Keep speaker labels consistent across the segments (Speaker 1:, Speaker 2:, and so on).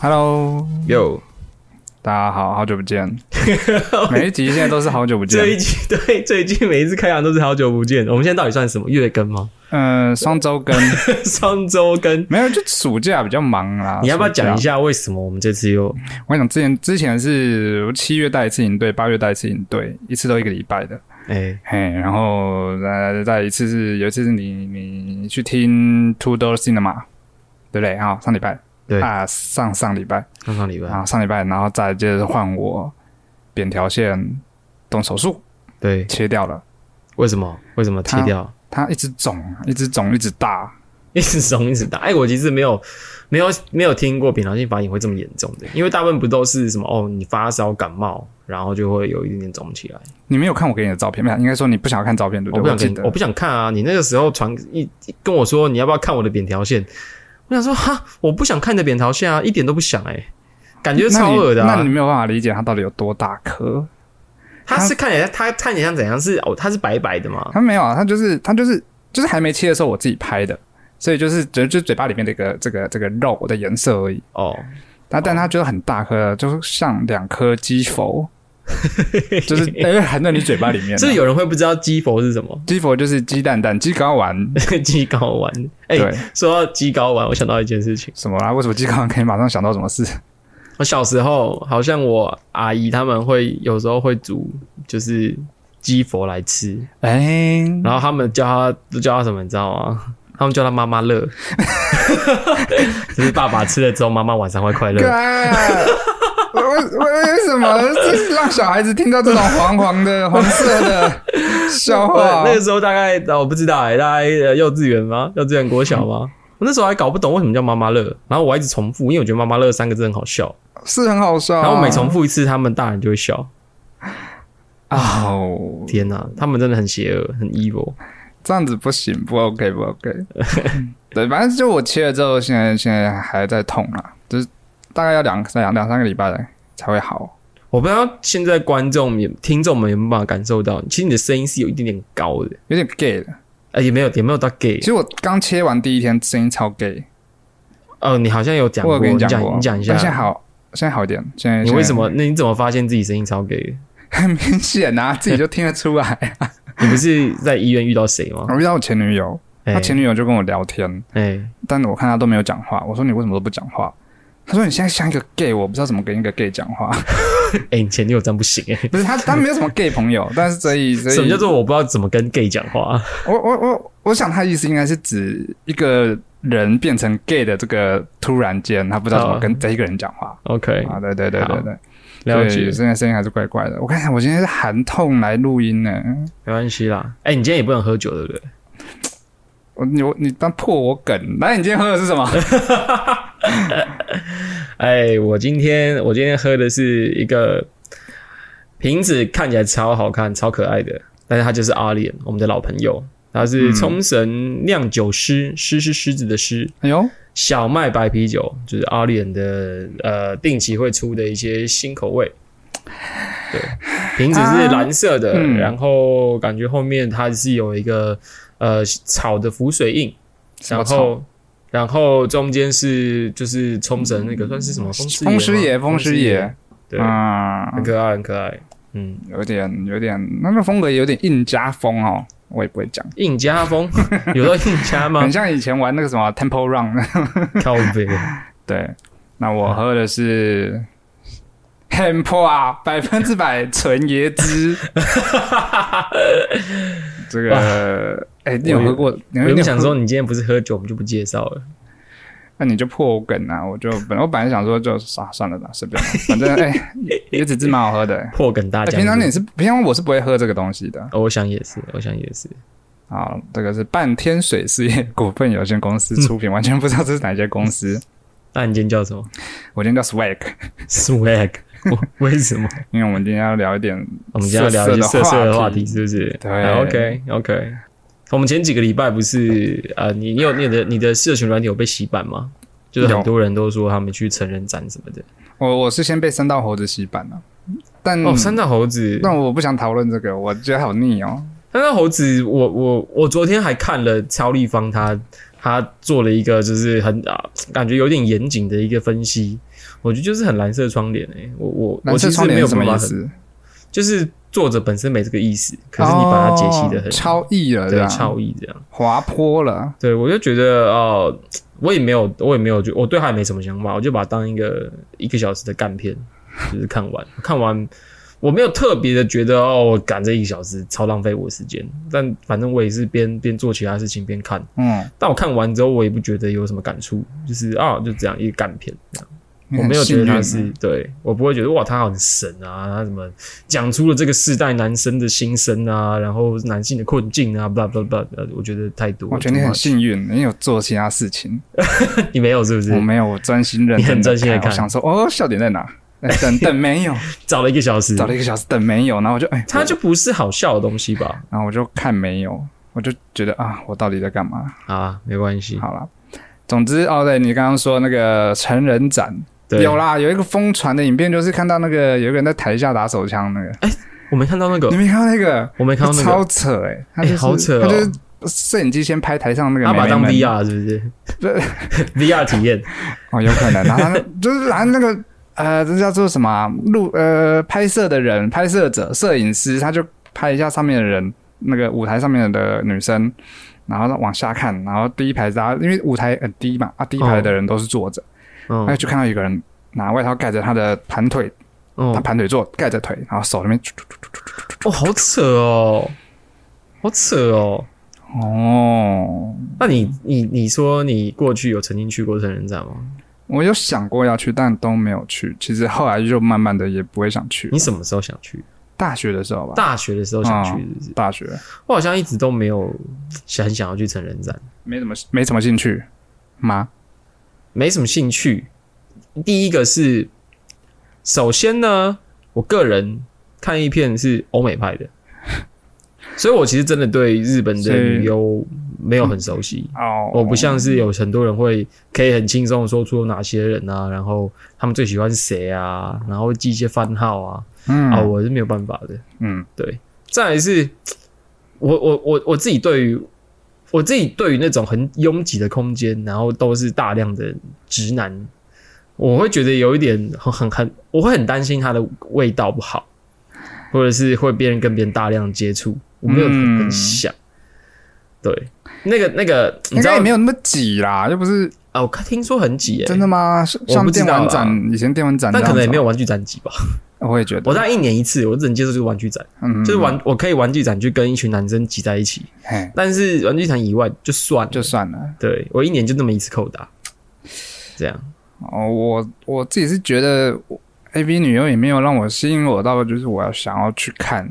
Speaker 1: Hello，
Speaker 2: 哟，
Speaker 1: 大家好，好久不 见。每一集现在都是好久不见
Speaker 2: 这。一集对，最近 每一次开场都是好久不见。我们现在到底算什么月更吗？
Speaker 1: 嗯、双周更
Speaker 2: 上周更。
Speaker 1: 没有，就暑假比较忙啦。
Speaker 2: 你要不要
Speaker 1: 暑假
Speaker 2: 讲一？下为什么我们这次又
Speaker 1: 我跟你讲，之前之前是我七月带一次营队，八月带一次营队，一次都一个礼拜的。
Speaker 2: 哎、
Speaker 1: 嘿，然后再再一次是有一次是你你去听 Two Door Cinema，对不对？好，上礼拜
Speaker 2: 对
Speaker 1: 啊，上上礼拜
Speaker 2: 上上礼拜、
Speaker 1: 啊，上礼拜，然后再接着换我扁条线动手术
Speaker 2: 对，
Speaker 1: 切掉了。
Speaker 2: 为什么为什么切
Speaker 1: 他
Speaker 2: 掉？
Speaker 1: 它一直肿，一直肿，一直大。
Speaker 2: 一直怂一直打。哎、我其实没有没有没有听过扁桃腺发炎会这么严重的，因为大部分不都是什么哦，你发烧感冒，然后就会有一点点肿起来。
Speaker 1: 你没有看我给你的照片，没有？应该说你不想要看照片，对
Speaker 2: 我
Speaker 1: 不
Speaker 2: 不
Speaker 1: 对？
Speaker 2: 想
Speaker 1: 记
Speaker 2: 跟
Speaker 1: 得
Speaker 2: 我不想看啊！你那个时候传一一跟我说你要不要看我的扁条线，我想说哈，我不想看你的扁条线啊，一点都不想哎、感觉超恶的、
Speaker 1: 那你。那你
Speaker 2: 啊。
Speaker 1: 没有办法理解它到底有多大颗。
Speaker 2: 他是看起来他看起来像怎样？是哦，他是白白的嘛？
Speaker 1: 它没有啊，它就是它就是就是还没切的时候我自己拍的，所以就是只就嘴巴里面的一个这个这个肉的颜色而已。
Speaker 2: 哦，
Speaker 1: 它但它就是很大颗，就是像两颗鸡 佛，就是因为含在你嘴巴里面啊。
Speaker 2: 就是有人会不知道鸡佛是什么？
Speaker 1: 鸡佛就是鸡蛋蛋鸡睾丸，
Speaker 2: 鸡睾丸。 哎、
Speaker 1: 对
Speaker 2: 说到鸡睾丸，我想到一件事情。
Speaker 1: 什么啦？为什么鸡睾丸可以马上想到什么事？
Speaker 2: 我小时候好像我阿姨他们会有时候会煮就是鸡佛来吃，
Speaker 1: 哎、
Speaker 2: 然后他们叫他都叫他什么，你知道吗？他们叫他妈妈 乐，就是爸爸吃了之后，妈妈晚上会快乐。
Speaker 1: 干我我我为什么这是让小孩子听到这种黄黄的、黄色的笑
Speaker 2: 我
Speaker 1: 话？
Speaker 2: 那个时候大概呃我不知道哎、大概呃幼稚园吗？幼稚园国小吗？我那时候还搞不懂为什么叫妈妈乐，然后我还一直重复，因为我觉得妈妈乐三个字很好笑，
Speaker 1: 是很好笑啊。
Speaker 2: 然后我每重复一次，他们大人就会笑。
Speaker 1: 哦，
Speaker 2: 天哪、他们真的很邪恶，很 evil。
Speaker 1: 这样子不行，不 OK，不 OK。对，反正就我切了之后，现在现在还在痛啦，就是大概要两三两两三个礼拜才会好。
Speaker 2: 我不知道现在观众也听众们有没有办法感受到，其实你的声音是有一点点高的，
Speaker 1: 有点 gay 的，
Speaker 2: 呃，也没有也没有到 gay
Speaker 1: 其。实我刚切完第一天声音超 gay，
Speaker 2: 哦、你好像有讲
Speaker 1: 我
Speaker 2: 过，
Speaker 1: 有跟
Speaker 2: 你
Speaker 1: 讲
Speaker 2: 讲
Speaker 1: 过，
Speaker 2: 你讲一下。
Speaker 1: 但现在好，现在好一点。现在
Speaker 2: 你为什么？那你怎么发现自己声音超 gay？的
Speaker 1: 现在很明显啊？自己就听得出 来。
Speaker 2: 你不是在医院遇到谁吗？
Speaker 1: 我遇到我前女友， 他
Speaker 2: 哎
Speaker 1: 前女友就跟我聊天，
Speaker 2: 哎，
Speaker 1: 但我看他都没有讲话。我说你为什么都不讲话？他说你现在像一个 gay，我不知道怎么跟一个 gay 讲 话。
Speaker 2: 哎，你前女友真不行哎。
Speaker 1: 不是他，他没有什么 gay 朋友， 但是所以所以
Speaker 2: 什么叫做我不知道怎么跟 gay 讲话？
Speaker 1: 我我我我想他的意思应该是指一个人变成 gay 的这个突然间，他不知道怎
Speaker 2: 哦
Speaker 1: 么跟这一个人讲话。
Speaker 2: ？OK，
Speaker 1: 啊，对对对对对，
Speaker 2: 哎了
Speaker 1: 所
Speaker 2: 解
Speaker 1: 以，现在声音还是怪怪的。我看一下，我今天是含痛来录音呢。
Speaker 2: 没关系啦。哎，你今天也不能喝酒，对不对？
Speaker 1: 我你我你当破我梗？来，你今天喝的是 什么？
Speaker 2: 哎，我今天我今天喝的是一个瓶子，看起来超好看、超可爱的，但是它就是阿莲，我们的老朋友，他
Speaker 1: 嗯
Speaker 2: 是冲绳酿酒师，狮是狮子的狮，
Speaker 1: 哎呦，
Speaker 2: 小麦白啤酒，就是阿莲的呃定期会出的一些新口味。对，瓶子是蓝色的，
Speaker 1: 啊嗯
Speaker 2: 然后感觉后面它是有一个呃草的浮水印，
Speaker 1: 什么
Speaker 2: 然
Speaker 1: 草
Speaker 2: 后然后中间是就是冲绳那个算是什么风师
Speaker 1: 嗯风师爷，
Speaker 2: 爷吗，
Speaker 1: 风师爷，，
Speaker 2: 对，
Speaker 1: 啊，
Speaker 2: 很可爱，很可爱，嗯，
Speaker 1: 有点有点，那个风格有点印加风哦，我也不会讲，
Speaker 2: 印加 风有到印加吗
Speaker 1: 很？像以前玩那个什么 Temple Run。
Speaker 2: 靠北，
Speaker 1: 对，那我喝的 是 Temple 啊，百分之百纯椰 汁。这个，哎、你有喝过？你
Speaker 2: 我
Speaker 1: 有
Speaker 2: 原
Speaker 1: 你有
Speaker 2: 本想
Speaker 1: 喝
Speaker 2: 说你今天不是喝酒，我们就不介绍了。
Speaker 1: 那你就破我梗啊！我就本我本来想说就啊算了啦，随 便啦，反正哎、椰子汁蛮好喝的、哎
Speaker 2: 破梗大家、
Speaker 1: 平常你是平常我是不会喝这个东西的。
Speaker 2: 哦，我想也是，我想也是。
Speaker 1: 好，这个是半天水事业股份有限公司出 品，完全不知道这是哪家公司。
Speaker 2: 那你今天叫什么
Speaker 1: 我今天叫 Swag，
Speaker 2: ？Swag？我为什么？
Speaker 1: 因为我们今天要聊一点
Speaker 2: 我们今天要聊一些色
Speaker 1: 色色
Speaker 2: 色
Speaker 1: 的
Speaker 2: 的
Speaker 1: 话
Speaker 2: 话
Speaker 1: 题
Speaker 2: 题，是不是？
Speaker 1: 对
Speaker 2: OK OK。我们前几个礼拜不是呃，你你有你的你的社群软体有被洗版吗？就是很
Speaker 1: 有
Speaker 2: 多人都说他们去成人展什么的。
Speaker 1: 我我是先被三道猴子洗版了，但、
Speaker 2: 哦，三道猴子，
Speaker 1: 但我不想讨论这个，我觉得好腻哦。
Speaker 2: 三道猴子，我我我昨天还看了超立方他他做了一个就是很啊，感觉有点严谨的一个分析。我我觉得就是很蓝色窗帘诶、我我我
Speaker 1: 蓝色
Speaker 2: 其实
Speaker 1: 窗
Speaker 2: 没
Speaker 1: 帘
Speaker 2: 有
Speaker 1: 是什
Speaker 2: 办
Speaker 1: 么
Speaker 2: 法
Speaker 1: 意
Speaker 2: 很，
Speaker 1: 思？
Speaker 2: 就是作者本身没这个意思，可是你把它解析的很、
Speaker 1: 哦超意了，
Speaker 2: 对
Speaker 1: 吧？
Speaker 2: 超意这样。
Speaker 1: 滑坡了，
Speaker 2: 对，我就觉得哦、我也没有，我也没有，就我对他也没什么想法，我就把它当一个一个小时的干片，就是看完 看完，我没有特别的觉得哦，我赶这一个小时超浪费我的时间，但反正我也是边边做其他事情边看，
Speaker 1: 嗯，
Speaker 2: 但我看完之后我也不觉得有什么感触，就是啊就这样一个干片，
Speaker 1: 你
Speaker 2: 我
Speaker 1: 很
Speaker 2: 没有觉
Speaker 1: 幸
Speaker 2: 得
Speaker 1: 运啊
Speaker 2: 他是对我不会觉得哇，他很神啊，他怎么讲出了这个世代男生的心声啊，然后男性的困境啊，blah blah blah，我觉得太多了。
Speaker 1: 我觉得你很
Speaker 2: too
Speaker 1: 幸运，你有做其他事情，
Speaker 2: much 你没有是不是
Speaker 1: 我？没有，我专心认真，
Speaker 2: 你很专心地
Speaker 1: 我
Speaker 2: 看
Speaker 1: 想说，哦，笑点在哪？哎 等等没有，
Speaker 2: 找了一个小时
Speaker 1: 找，了一个小时等没有，然后我就哎，
Speaker 2: 他就不是好笑的东西吧？
Speaker 1: 然后我就看没有，我就觉得啊，我到底在干嘛？
Speaker 2: 啊，没关系，
Speaker 1: 好了，总之哦，对你刚刚说那个成人展
Speaker 2: 对，
Speaker 1: 有啦，有一个疯传的影片，就是看到那个有一个人在台下打手枪那个，
Speaker 2: 我没看到那个
Speaker 1: 你，没看到那个？
Speaker 2: 呃我没看到那个，
Speaker 1: 超扯哎、欸，他
Speaker 2: 哎
Speaker 1: 就是、
Speaker 2: 好扯哦
Speaker 1: 他就是摄影机先拍台上那个
Speaker 2: 他
Speaker 1: 妹
Speaker 2: 把它
Speaker 1: 妹
Speaker 2: 当啊
Speaker 1: 们
Speaker 2: VR 是不是
Speaker 1: 对
Speaker 2: ？VR 体验
Speaker 1: 哦，有可能，然后他那就是然后那个呃，这叫做什么啊、录呃拍摄的人、拍摄者、摄影师，他就拍一下上面的人，那个舞台上面的女生，然后往下看，然后第一排大家因为舞台很低嘛，啊，第一排的人都是坐着，那、
Speaker 2: 嗯
Speaker 1: 哎就看到有个人拿外套盖着他的盘腿，他
Speaker 2: 哦，
Speaker 1: 盘腿坐，盖着腿，然后手那边
Speaker 2: 哦，好扯哦，好扯哦。
Speaker 1: 哦，
Speaker 2: 那你你你说你过去有曾经去过成人展吗？
Speaker 1: 我有想过要去，但都没有去。其实后来就慢慢的也不会想去了。
Speaker 2: 你什么时候想去？
Speaker 1: 大学的时候吧，
Speaker 2: 大学的时候想去，是不是？
Speaker 1: 大学
Speaker 2: 我好像一直都没有很想要去成人展，
Speaker 1: 没怎么没什么兴趣吗？
Speaker 2: 没什么兴趣。第一个是，首先呢，我个人看一片是欧美派的，所以我其实真的对日本的
Speaker 1: 所以
Speaker 2: 旅游没有很熟悉。
Speaker 1: 哦，
Speaker 2: 我不像是有很多人会可以很轻松地说出有哪些人啊，然后他们最喜欢谁啊，然后会记一些番号啊，
Speaker 1: 嗯、
Speaker 2: 啊，我是没有办法的。
Speaker 1: 嗯，
Speaker 2: 再来是，我我我我自己对于我自己对于那种很拥挤的空间，然后都是大量的直男，我会觉得有一点很很很，我会很担心它的味道不好，或者是会别人跟别人大量接触，我没有很
Speaker 1: 嗯
Speaker 2: 很想。对，那个那个，你
Speaker 1: 应
Speaker 2: 知
Speaker 1: 该
Speaker 2: 道
Speaker 1: 也没有那么挤啦，又不是
Speaker 2: 啊？我看听说很挤耶、
Speaker 1: 真的吗？是
Speaker 2: 我不
Speaker 1: 像
Speaker 2: 知
Speaker 1: 电
Speaker 2: 道啦啊
Speaker 1: 玩展，以前电玩展这
Speaker 2: 但
Speaker 1: 样子哦，
Speaker 2: 可能也没有玩具展挤吧。
Speaker 1: 我也觉得，
Speaker 2: 我大概一年一次，我只能接受这个玩具展，
Speaker 1: 嗯，
Speaker 2: 就是玩我可以玩具展去跟一群男生挤在一起，
Speaker 1: 嘿，
Speaker 2: 但是玩具展以外就算了
Speaker 1: 就算了。
Speaker 2: 对我一年就那么一次扣打，这样
Speaker 1: 哦，我我自己是觉得 A V 女优也没有让我吸引我到，就是我要想要去看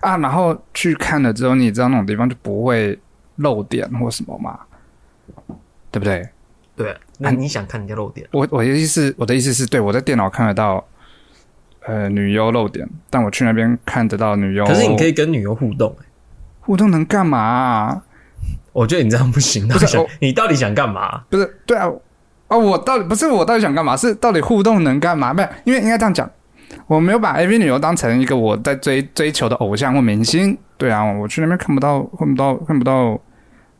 Speaker 1: 啊，然后去看了之后，你知道那种地方就不会漏点或什么嘛，对不对？
Speaker 2: 对。啊
Speaker 1: 那
Speaker 2: 你想看人家露点？
Speaker 1: 我我的意思，我的意思是对我在电脑看得到，呃，女优露点，但我去那边看得到女优，
Speaker 2: 可是你可
Speaker 1: 以
Speaker 2: 以跟女优互动、欸
Speaker 1: 互动能干嘛啊、
Speaker 2: 我觉得你这样不行。到
Speaker 1: 不是
Speaker 2: 底想
Speaker 1: 我
Speaker 2: 你到底想干嘛？
Speaker 1: 不是，对啊，啊，我到底不是我到底想干嘛？是到底互动能干嘛？不是，因为应该这样讲，我没有把 AV 女优当成一个我在追追求的偶像或明星。对啊，我去那边看不到，看不到，看不到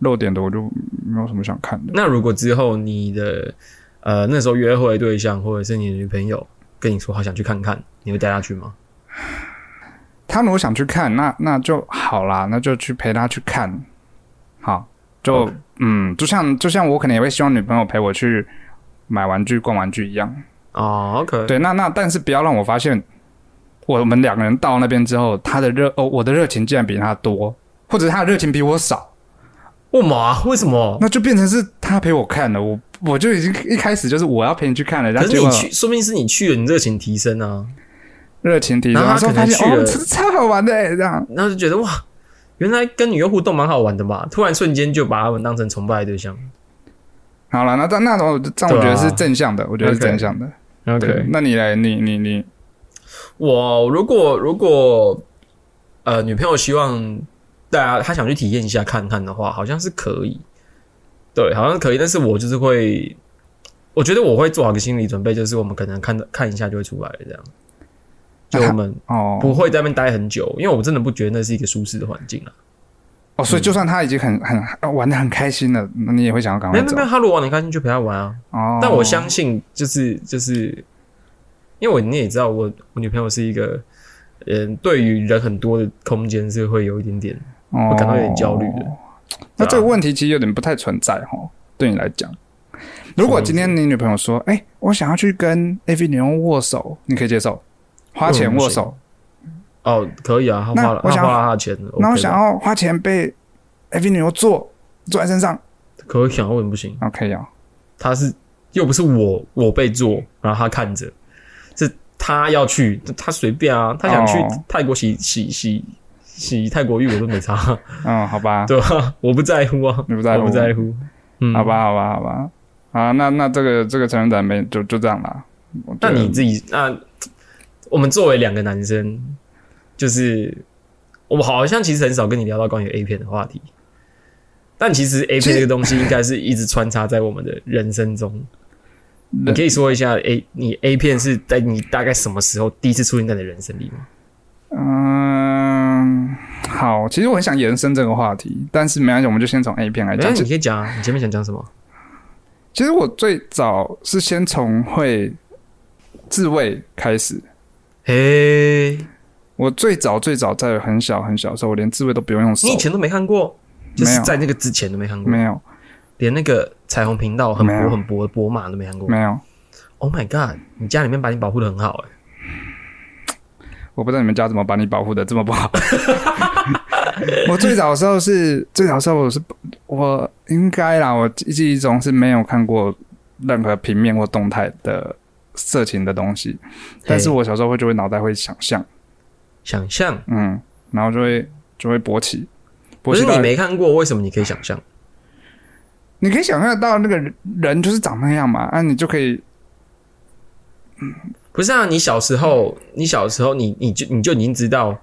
Speaker 1: 露点的，我就没有什么想看的。
Speaker 2: 那如果之后你的呃那时候约会对象或者是你的女朋友跟你说好想去看看，你会带她去吗？
Speaker 1: 他如果想去看，那那就好啦，那就去陪他去看。好，就
Speaker 2: OK
Speaker 1: 嗯，就像就像我可能也会希望女朋友陪我去买玩具、逛玩具一样。
Speaker 2: 哦，OK，
Speaker 1: 对，那那但是不要让我发现，我们两个人到那边之后，他的热哦，我的热情竟然比他多，或者他的热情比我少，
Speaker 2: 为什么啊？为什么？
Speaker 1: 那就变成是他陪我看了，我我就已经一开始就是我要陪你去看了，然
Speaker 2: 可
Speaker 1: 后
Speaker 2: 是
Speaker 1: 结果
Speaker 2: 你去，说不定是你去了，你热情提升啊，
Speaker 1: 热情提升，
Speaker 2: 然后他
Speaker 1: 说
Speaker 2: 可能
Speaker 1: 发现
Speaker 2: 去
Speaker 1: 哦，
Speaker 2: 了
Speaker 1: 这超好玩的欸这样，
Speaker 2: 然后就觉得哇，原来跟女优互动蛮好玩的嘛，突然瞬间就把他们当成崇拜的对象。
Speaker 1: 好了，那那那种这样我觉得是正向的，我觉得是
Speaker 2: 啊 OK
Speaker 1: 正向的。对，那你来，你你你，
Speaker 2: 我如果如果呃女朋友希望大家她想去体验一下看看的话，好像是可以，对，好像是可以。但是我就是会，我觉得我会做好个心理准备，就是我们可能看看一下就会出来了，这样。就我们
Speaker 1: 哦
Speaker 2: 不会在那边待很久，因为我真的不觉得那是一个舒适的环境啊。
Speaker 1: 哦，所以就算他已经很很呃玩的很开心了，那你也会想要赶
Speaker 2: 没
Speaker 1: 快
Speaker 2: 有没有
Speaker 1: 走
Speaker 2: 没有，他如果玩的开心就陪他玩啊。
Speaker 1: 哦。
Speaker 2: 但我相信，就是就是因为我你也知道我，我女朋友是一个，嗯，对于人很多的空间是会有一点点
Speaker 1: 我
Speaker 2: 会感到有点焦虑的。
Speaker 1: 哦
Speaker 2: 啊
Speaker 1: 那这个问题其实有点不太存在哈，对你来讲。如果今天你女朋友说：“哎、我想要去跟 AV 女优握手，你可以接受，花钱握手。
Speaker 2: 哦，可以啊，她
Speaker 1: 那
Speaker 2: 花了
Speaker 1: 我
Speaker 2: 她
Speaker 1: 想
Speaker 2: 花了她的钱，
Speaker 1: 那我
Speaker 2: 嗯 OK 的
Speaker 1: 想要花钱被 AV 女优坐坐在身上
Speaker 2: 可以想为什么不行？
Speaker 1: ，OK 啊？
Speaker 2: 他是又不是我，我被做，然后他看着，是他要去，他随便啊，他想去
Speaker 1: 哦
Speaker 2: 泰国洗洗洗洗泰国浴，我都没差，
Speaker 1: 嗯，好吧，
Speaker 2: 对吧、我不在乎啊，
Speaker 1: 你不在乎
Speaker 2: 我不在乎，嗯，
Speaker 1: 好。吧，好吧，好吧。啊，那那这个这个成人展没就就这样啦。我觉
Speaker 2: 那
Speaker 1: 得
Speaker 2: 你自己，啊那我们作为两个男生，就是我们好像其实很少跟你聊到关于 A 片的话题，但其实 A
Speaker 1: 其实
Speaker 2: 片这个东西应该是一直穿插在我们的人生中。
Speaker 1: 人
Speaker 2: 你可以说一下 A 你 A 片是在你大概什么时候第一次出现在你的人生里吗？
Speaker 1: 嗯，好，其实我很想延伸这个话题，但是没关系，我们就先从 A 片来
Speaker 2: 没有，
Speaker 1: 哎讲。
Speaker 2: 你可以讲啊，你前面想讲什么？
Speaker 1: 其实我最早是先从会自慰开始。
Speaker 2: 嘿，
Speaker 1: 我最早最早在很小很小的时候，我连自慰都不用用手
Speaker 2: 你以，前都没看过，就
Speaker 1: 没
Speaker 2: 是
Speaker 1: 有
Speaker 2: 在那个之前都没看过，
Speaker 1: 没有
Speaker 2: 连那个彩虹频道很
Speaker 1: 没
Speaker 2: 薄
Speaker 1: 有
Speaker 2: 很薄的博马都没看过。
Speaker 1: 没有，
Speaker 2: Oh my god！你家里面把你保护的很好哎、
Speaker 1: 我不知道你们家怎么把你保护的 这么不好。我最早的时候是最早的时候我是我应该啦，我记忆中是没有看过任何平面或动态的色情的东西，但是
Speaker 2: 嘿
Speaker 1: 我小时候会就会脑袋会想象，
Speaker 2: 想象，
Speaker 1: 嗯，然后就会就会勃起，
Speaker 2: 不
Speaker 1: 勃
Speaker 2: 是
Speaker 1: 起
Speaker 2: 你
Speaker 1: 到
Speaker 2: 没看过，为什么你可以想象？
Speaker 1: 你可以想象得到那个人人就是长那样嘛，啊，你就可以
Speaker 2: 不是啊，你小时候，你小时候，你你就你就已经知道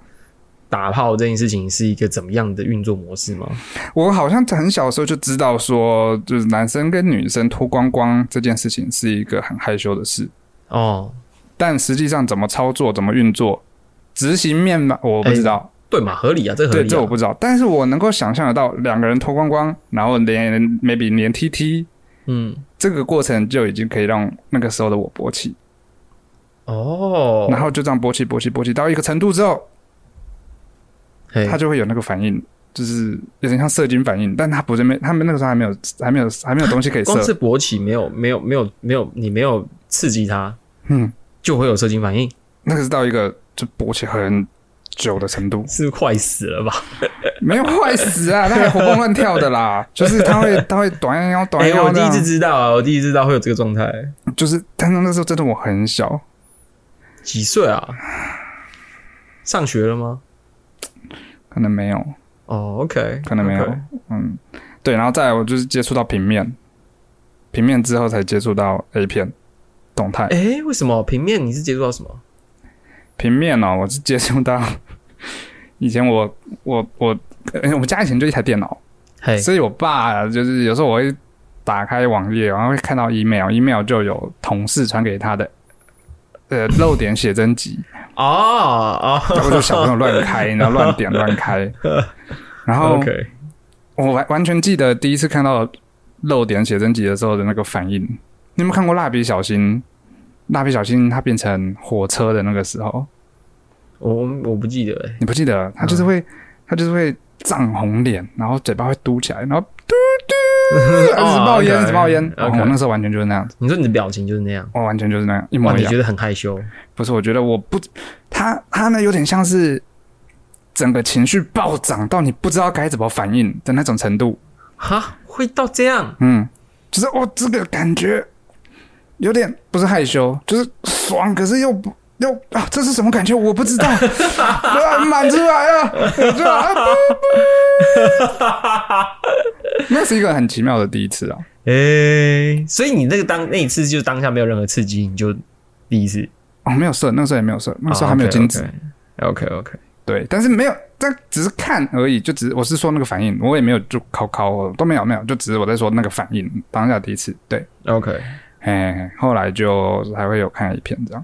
Speaker 2: 打炮这件事情是一个怎么样的运作模式吗？
Speaker 1: 我好像很小的时候就知道说，就是男生跟女生脱光光这件事情是一个很害羞的事，
Speaker 2: 哦，
Speaker 1: 但实际上怎么操作、怎么运作、执行面嘛，我不知道，
Speaker 2: 对嘛，合理啊，这个合
Speaker 1: 对，
Speaker 2: 理、
Speaker 1: 这我
Speaker 2: 啊。
Speaker 1: 不知道。但是我能够想象得到，两个人脱光光，然后连 maybe 连 TT
Speaker 2: 嗯，
Speaker 1: 这个过程就已经可以让那个时候的我勃起，
Speaker 2: 哦，
Speaker 1: 然后就这样勃起、勃起、勃起到一个程度之后，
Speaker 2: 嘿
Speaker 1: 他就啊会有那个反应。就是有点像射精反应，但他不是没，他们那个时候还没有，还没有，还没有东西可以射
Speaker 2: 光。是勃起没有没有没有没有，你没有刺激它，
Speaker 1: 嗯，
Speaker 2: 就会有射精反应，，
Speaker 1: 那个是到一个就勃起很久的程度
Speaker 2: 是不是快死了吧？
Speaker 1: 没有坏死啊，他还活蹦乱跳的啦， 就是他会他会短腰腰短
Speaker 2: 哎、
Speaker 1: 腰
Speaker 2: 我
Speaker 1: 腰的
Speaker 2: 第一
Speaker 1: 啊、
Speaker 2: 次知道啊，我第一次知道会有这个状态，
Speaker 1: 就是但是那时候真的我很小，
Speaker 2: 几岁啊？上学了吗？
Speaker 1: 可能没有，
Speaker 2: 哦，OK，
Speaker 1: 可能没有
Speaker 2: OK
Speaker 1: 嗯，对，然后再来我就是接触到平面，平面之后才接触到 A 片动态
Speaker 2: 哎、为什么平面你是接触到什么？
Speaker 1: 平面哦，我是接触到 以前我我我、哎，我家以前就一台电脑，
Speaker 2: 嘿，
Speaker 1: 所以我爸就是有时候我会打开网页，然后会看到 email，email 就有同事传给他的。呃， 漏点写真集，
Speaker 2: 哦哦，
Speaker 1: 然后就小朋友乱开，然后乱点乱开，然后
Speaker 2: OK，
Speaker 1: 我完完全记得第一次看到漏点写真集的时候的那个反应。你有没有看过《蜡笔小新》？蜡笔小新它变成火车的那个时候，
Speaker 2: 我我不记得哎、
Speaker 1: 你不记得？它就是会，它就是会涨红脸，然后嘴巴会嘟起来，然后嘟 嘟，一直冒烟，一直冒烟。哦我那时候完全就是那样子，
Speaker 2: 你说你的表情就是那样，
Speaker 1: 我完全就是那样，一模
Speaker 2: 哇，
Speaker 1: 一
Speaker 2: 你
Speaker 1: 样
Speaker 2: 觉。得很害羞，
Speaker 1: 不是，我觉得我不，他他呢有点像是整个情绪暴涨到你不知道该怎么反应的那种程度。
Speaker 2: 哈，会到这样？
Speaker 1: 嗯，就是哦，这个感觉有点不是害羞，就是爽，可是又不又啊，这是什么感觉？我不知道，啊满出来啊，满出来啊！不不那是一个很奇妙的第一次啊。
Speaker 2: 哎、所以你那个当那一次就是当下没有任何刺激，你就第一次，哦
Speaker 1: 哦，没有射，那时候也没有射，那时候还没有精子，
Speaker 2: OK OK，
Speaker 1: 对，但是没有，但只是看而已，就只是我是说那个反应，我也没有就考考都没有没有，就只是我在说那个反应，当下第一次，对，
Speaker 2: OK，
Speaker 1: 哎，后来就还会有看一片这样。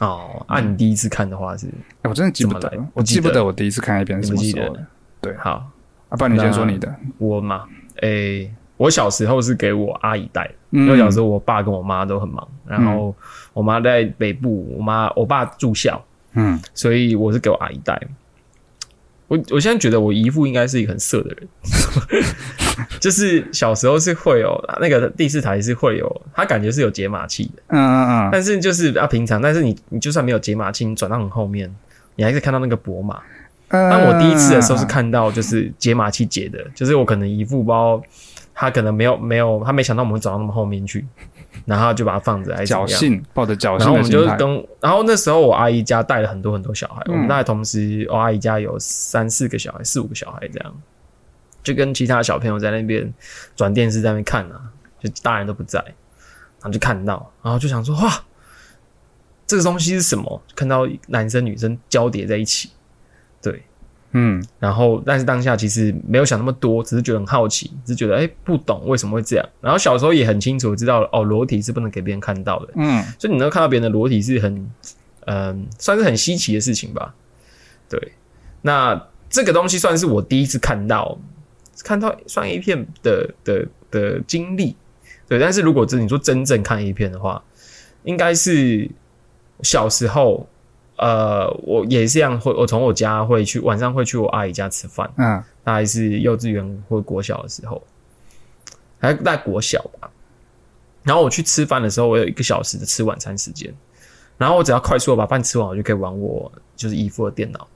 Speaker 2: 哦，按、你第一次看的话是
Speaker 1: 哎我真的记不得
Speaker 2: 怎么来
Speaker 1: 了，
Speaker 2: 我
Speaker 1: 我
Speaker 2: 记得
Speaker 1: 记不得我第一次看 A 片是什么时
Speaker 2: 你
Speaker 1: 候
Speaker 2: 不
Speaker 1: 了。
Speaker 2: 好，
Speaker 1: 啊，不然你先说你的。
Speaker 2: 我嘛，诶、我小时候是给我阿姨带，因为
Speaker 1: 嗯，
Speaker 2: 小时候我爸跟我妈都很忙，然后我妈在北部，我妈我爸住校，
Speaker 1: 嗯，
Speaker 2: 所以我是给我阿姨带。我我现在觉得我姨父应该是一个很色的人，就是小时候是会有那个第四台是会有，他感觉是有解码器的，
Speaker 1: 嗯嗯嗯，
Speaker 2: 但是就是啊平常，但是你你就算没有解码器，你转到很后面，你还是看到那个博码。当我第一次的
Speaker 1: 呃
Speaker 2: 时候是看到就是解码器解的，就是我可能一副包，他可能没有没有，他没想到我们会走到那么后面去，然后就把它放着，还是怎么
Speaker 1: 侥
Speaker 2: 样？
Speaker 1: 幸，抱着侥
Speaker 2: 然
Speaker 1: 幸
Speaker 2: 后我
Speaker 1: 哦的
Speaker 2: 们就
Speaker 1: 心
Speaker 2: 是
Speaker 1: 态，
Speaker 2: 跟，然后那时候我阿姨家带了很多很多小孩，
Speaker 1: 嗯
Speaker 2: 我们大概同时我阿姨家有三四个小孩，四五个小孩这样，就跟其他小朋友在那边转电视在那边看啊，就大人都不在，然后就看到，然后就想说哇，这个东西是什么？看到男生女生交叠在一起，
Speaker 1: 嗯
Speaker 2: 然后，但是当下其实没有想那么多，只是觉得很好奇，只是觉得哎、诶不懂为什么会这样。然后小时候也很清楚知道哦，裸体是不能给别人看到的，
Speaker 1: 嗯
Speaker 2: 所以你能够看到别人的裸体是很，嗯、算是很稀奇的事情吧。对，那这个东西算是我第一次看到，看到算 A 片的的的经历。对，但是如果真你说真正看 A 片的话，应该是小时候，呃，我也是这样会，我从我家会去晚上会去我阿姨家吃饭。
Speaker 1: 嗯
Speaker 2: 大概是幼稚园或国小的时候，还在国小吧。然后我去吃饭的时候，我有一个小时的吃晚餐时间，然后我只要快速的把饭吃完，我就可以玩我就是姨父的电脑。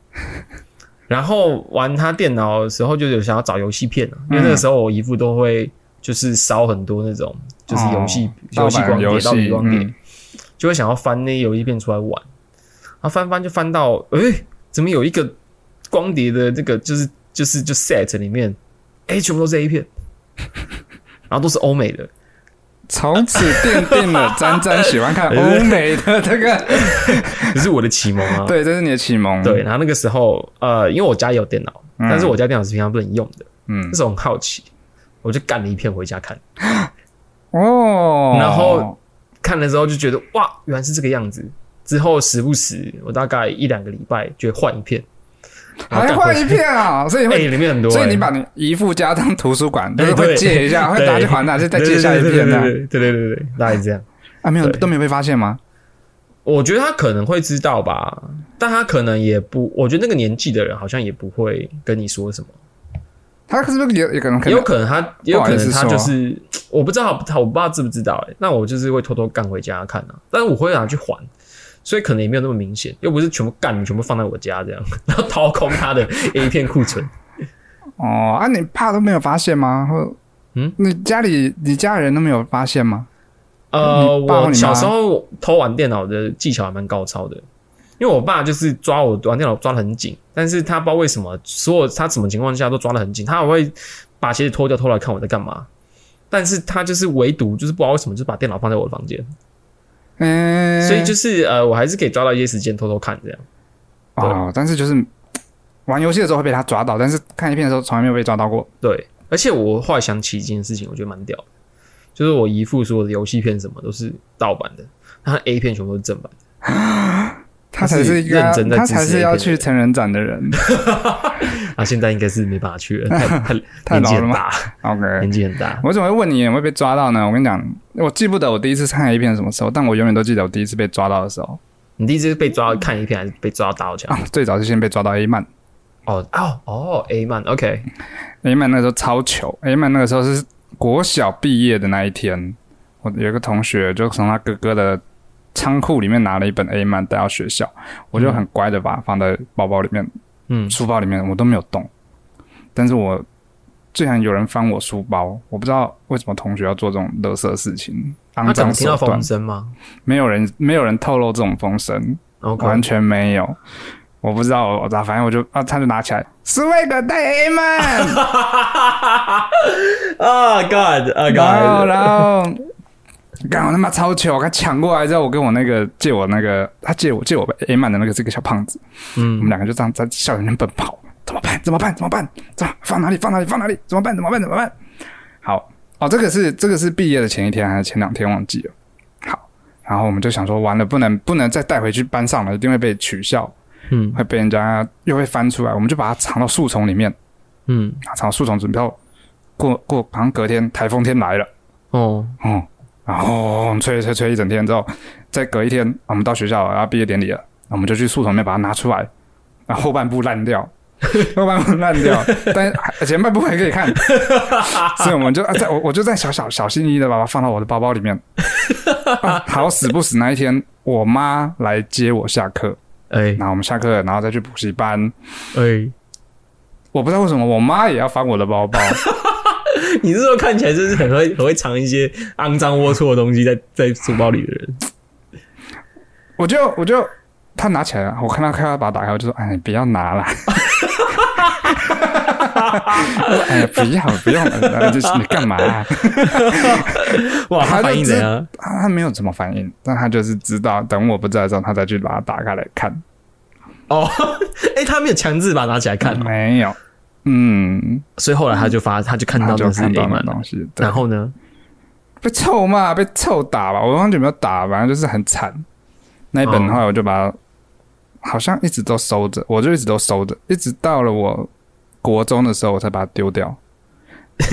Speaker 2: 然后玩他电脑的时候，就有想要找游戏片了、啊因为
Speaker 1: 嗯
Speaker 2: 那个时候我姨父都会就是烧很多那种就是游戏、
Speaker 1: 哦
Speaker 2: 游戏光碟、
Speaker 1: 盗
Speaker 2: 盗
Speaker 1: 版游
Speaker 2: 版
Speaker 1: 戏
Speaker 2: 光碟，
Speaker 1: 嗯
Speaker 2: 就会想要翻那些游戏片出来玩。然后翻翻就翻到，诶、怎么有一个光碟的这个就是就是就 set 里面，哎、全部都是 A 片， 然后都是欧美的，
Speaker 1: 从此奠定了詹詹喜欢 看欧美的这个，
Speaker 2: 这是我的启蒙啊。
Speaker 1: 对，这是你的启蒙，
Speaker 2: 对，，然后那个时候，呃，因为我家也有电脑，
Speaker 1: 嗯
Speaker 2: 但是我家电脑是平常不能用的，
Speaker 1: 嗯
Speaker 2: 那，时候很好奇，我就干了一片回家看，
Speaker 1: 哦，
Speaker 2: 然后看了之后就觉得哇，原来是这个样子。之后时不时，我大概一两个礼拜就会换一片，然后
Speaker 1: 还
Speaker 2: 再
Speaker 1: 换一，片 啊，所以你
Speaker 2: 哎、
Speaker 1: 会。
Speaker 2: 里面很多、
Speaker 1: 所以
Speaker 2: 哎
Speaker 1: 你把你姨父家当图书馆，就
Speaker 2: 哎
Speaker 1: 是会
Speaker 2: 对
Speaker 1: 借一下， 会拿去还拿去再借下一片的
Speaker 2: 对对对对对对对，大概这样。
Speaker 1: 啊，没有
Speaker 2: 对
Speaker 1: 都没有被发现吗？
Speaker 2: 我觉得他可能会知道吧，但他可能也不，我觉得那个年纪的人好像也不会跟你说什么，
Speaker 1: 他是不是也也可能可
Speaker 2: 也
Speaker 1: 能
Speaker 2: 有可能他，也有
Speaker 1: 不好
Speaker 2: 可
Speaker 1: 意
Speaker 2: 能
Speaker 1: 思
Speaker 2: 他
Speaker 1: 说
Speaker 2: 就是，我不知道他，我不知道他知不知道、欸，那我就是会偷偷干回家看啊，但是我会拿去还。所以可能也没有那么明显，又不是全部干，全部放在我家这样， 然后掏空他的 A 片库存。
Speaker 1: 哦啊，你怕都没有发现吗？或
Speaker 2: 嗯，
Speaker 1: 你家里你家人都没有发现吗？
Speaker 2: 呃，
Speaker 1: 你爸或
Speaker 2: 我
Speaker 1: 你妈
Speaker 2: 小时候偷玩电脑的技巧还蛮高超的，因为我爸就是抓我玩电脑抓得很紧，但是他不知道为什么，所有他什么情况下都抓得很紧，他还会把鞋子脱掉偷来看我在干嘛。但是他就是唯独就是不知道为什么，就是把电脑放在我的房间，
Speaker 1: 嗯、
Speaker 2: 所以就是呃，我还是可以抓到一些时间偷偷看这样。
Speaker 1: 哦，但是就是玩游戏的时候会被他抓到，但是看一片的时候从来没有被抓到过。
Speaker 2: 对，而且我后来想起一件事情，我觉得蛮屌的，就是我姨父说我的游戏片什么都是盗版的，他 A 片全部都是正版的。
Speaker 1: 他才是一个
Speaker 2: 他是认真在
Speaker 1: 他
Speaker 2: 支持
Speaker 1: 才是要去
Speaker 2: A 片的
Speaker 1: 成
Speaker 2: 人
Speaker 1: 人展的人。
Speaker 2: 啊，现在应该是没办 法去了，太
Speaker 1: 太
Speaker 2: 太年
Speaker 1: 老
Speaker 2: 纪
Speaker 1: 了
Speaker 2: 很
Speaker 1: 吗
Speaker 2: 大，
Speaker 1: OK，
Speaker 2: 年纪很大。
Speaker 1: 我怎么会问你有没有被抓到呢？我跟你讲，我记不得我第一次看 A 片是什么时候，但我永远都记得我第一次被抓到的时候
Speaker 2: 你第一次被抓到看一片，还是被抓到打火枪
Speaker 1: 啊？，最早是先被抓到 A 漫啊
Speaker 2: 哦哦哦，A 曼，OK，
Speaker 1: ，A 漫那个时候超糗，A 漫那个时候是国小毕业的那一天，我有一个同学就从他哥哥的。仓库里面拿了一本 A 漫带到学校，我就很乖的把它放在包包里面，
Speaker 2: 嗯，
Speaker 1: 书包里面我都没有动，但是我竟然有人翻我书包，我不知道为什么同学要做这种垃圾事情，
Speaker 2: 他
Speaker 1: 肮
Speaker 2: 可能
Speaker 1: 脏
Speaker 2: 听
Speaker 1: 手
Speaker 2: 到
Speaker 1: 段
Speaker 2: 风，声吗
Speaker 1: 没有人没有人透露这种风声，
Speaker 2: ？OK，
Speaker 1: 完全没有。我不知道，我我反正我就啊，他就拿起来，斯威格带 A 曼，
Speaker 2: 啊，God，啊
Speaker 1: 然后
Speaker 2: ，God，
Speaker 1: 然后，干我他妈超糗，他抢过来之后，我跟我那个借我那个他借我借我 A 曼的那个是个小胖子，我们
Speaker 2: 嗯，
Speaker 1: 两个就这样在校园里面奔跑，怎么办？怎么办？怎么办？怎么放哪里？放哪里？放哪里？怎么办？怎么办？怎么办？好，哦，这个是这个是毕业的前一天还是前两天忘记了。好，然后我们就想说，完了，不能不能再带回去班上了，一定会被取笑，
Speaker 2: 嗯
Speaker 1: 会被人家又会翻出来，我们就把它藏到树丛里面，
Speaker 2: 嗯
Speaker 1: 啊藏到树丛准备要过过，好像隔天台风天来了，
Speaker 2: 哦，
Speaker 1: 嗯，然后吹吹吹一整天之后，再隔一天，啊我们到学校了，然后毕业典礼了，啊我们就去树丛里面把它拿出来，然后后半部烂掉，后半部烂掉，但是前半部还可以看，所以我们就啊在我我就在小小小心翼翼的把它放到我的包包里面。啊好死不死那一天，我妈来接我下课，
Speaker 2: 哎
Speaker 1: 然后我们下课，然后再去补习班。
Speaker 2: 哎，
Speaker 1: 我不知道为什么我妈也要翻我的包包，
Speaker 2: 你这时候看起来真是很会很会藏一些肮脏龌龊的东西在在书包里的 人。
Speaker 1: 我就我就她拿起来了，我看她看她把它打开，我就说：“哎，你不要拿了。” 我说哎，不要不要，呃就是你干嘛、啊？
Speaker 2: 哇，他
Speaker 1: 他就
Speaker 2: 反应怎
Speaker 1: 知
Speaker 2: 样？
Speaker 1: 她没有怎么反应，但她就是知道，等我不在的时候，她再去把它打开来看。
Speaker 2: 哦， 哎、他没有强制把它拿起来看，
Speaker 1: 没有，嗯，
Speaker 2: 所以后来他就发，他就看
Speaker 1: 她
Speaker 2: 到
Speaker 1: 就
Speaker 2: 那是
Speaker 1: 看到
Speaker 2: 阴
Speaker 1: 那
Speaker 2: 满了。
Speaker 1: 东西，对
Speaker 2: 然后呢？
Speaker 1: 被臭骂，被臭打吧，我忘记有没有打，反正就是很惨。那一本
Speaker 2: 哦
Speaker 1: 后来我就把它，好像一直都收着，我就一直都收着，一直到了我国中的时候，我才把它丢掉。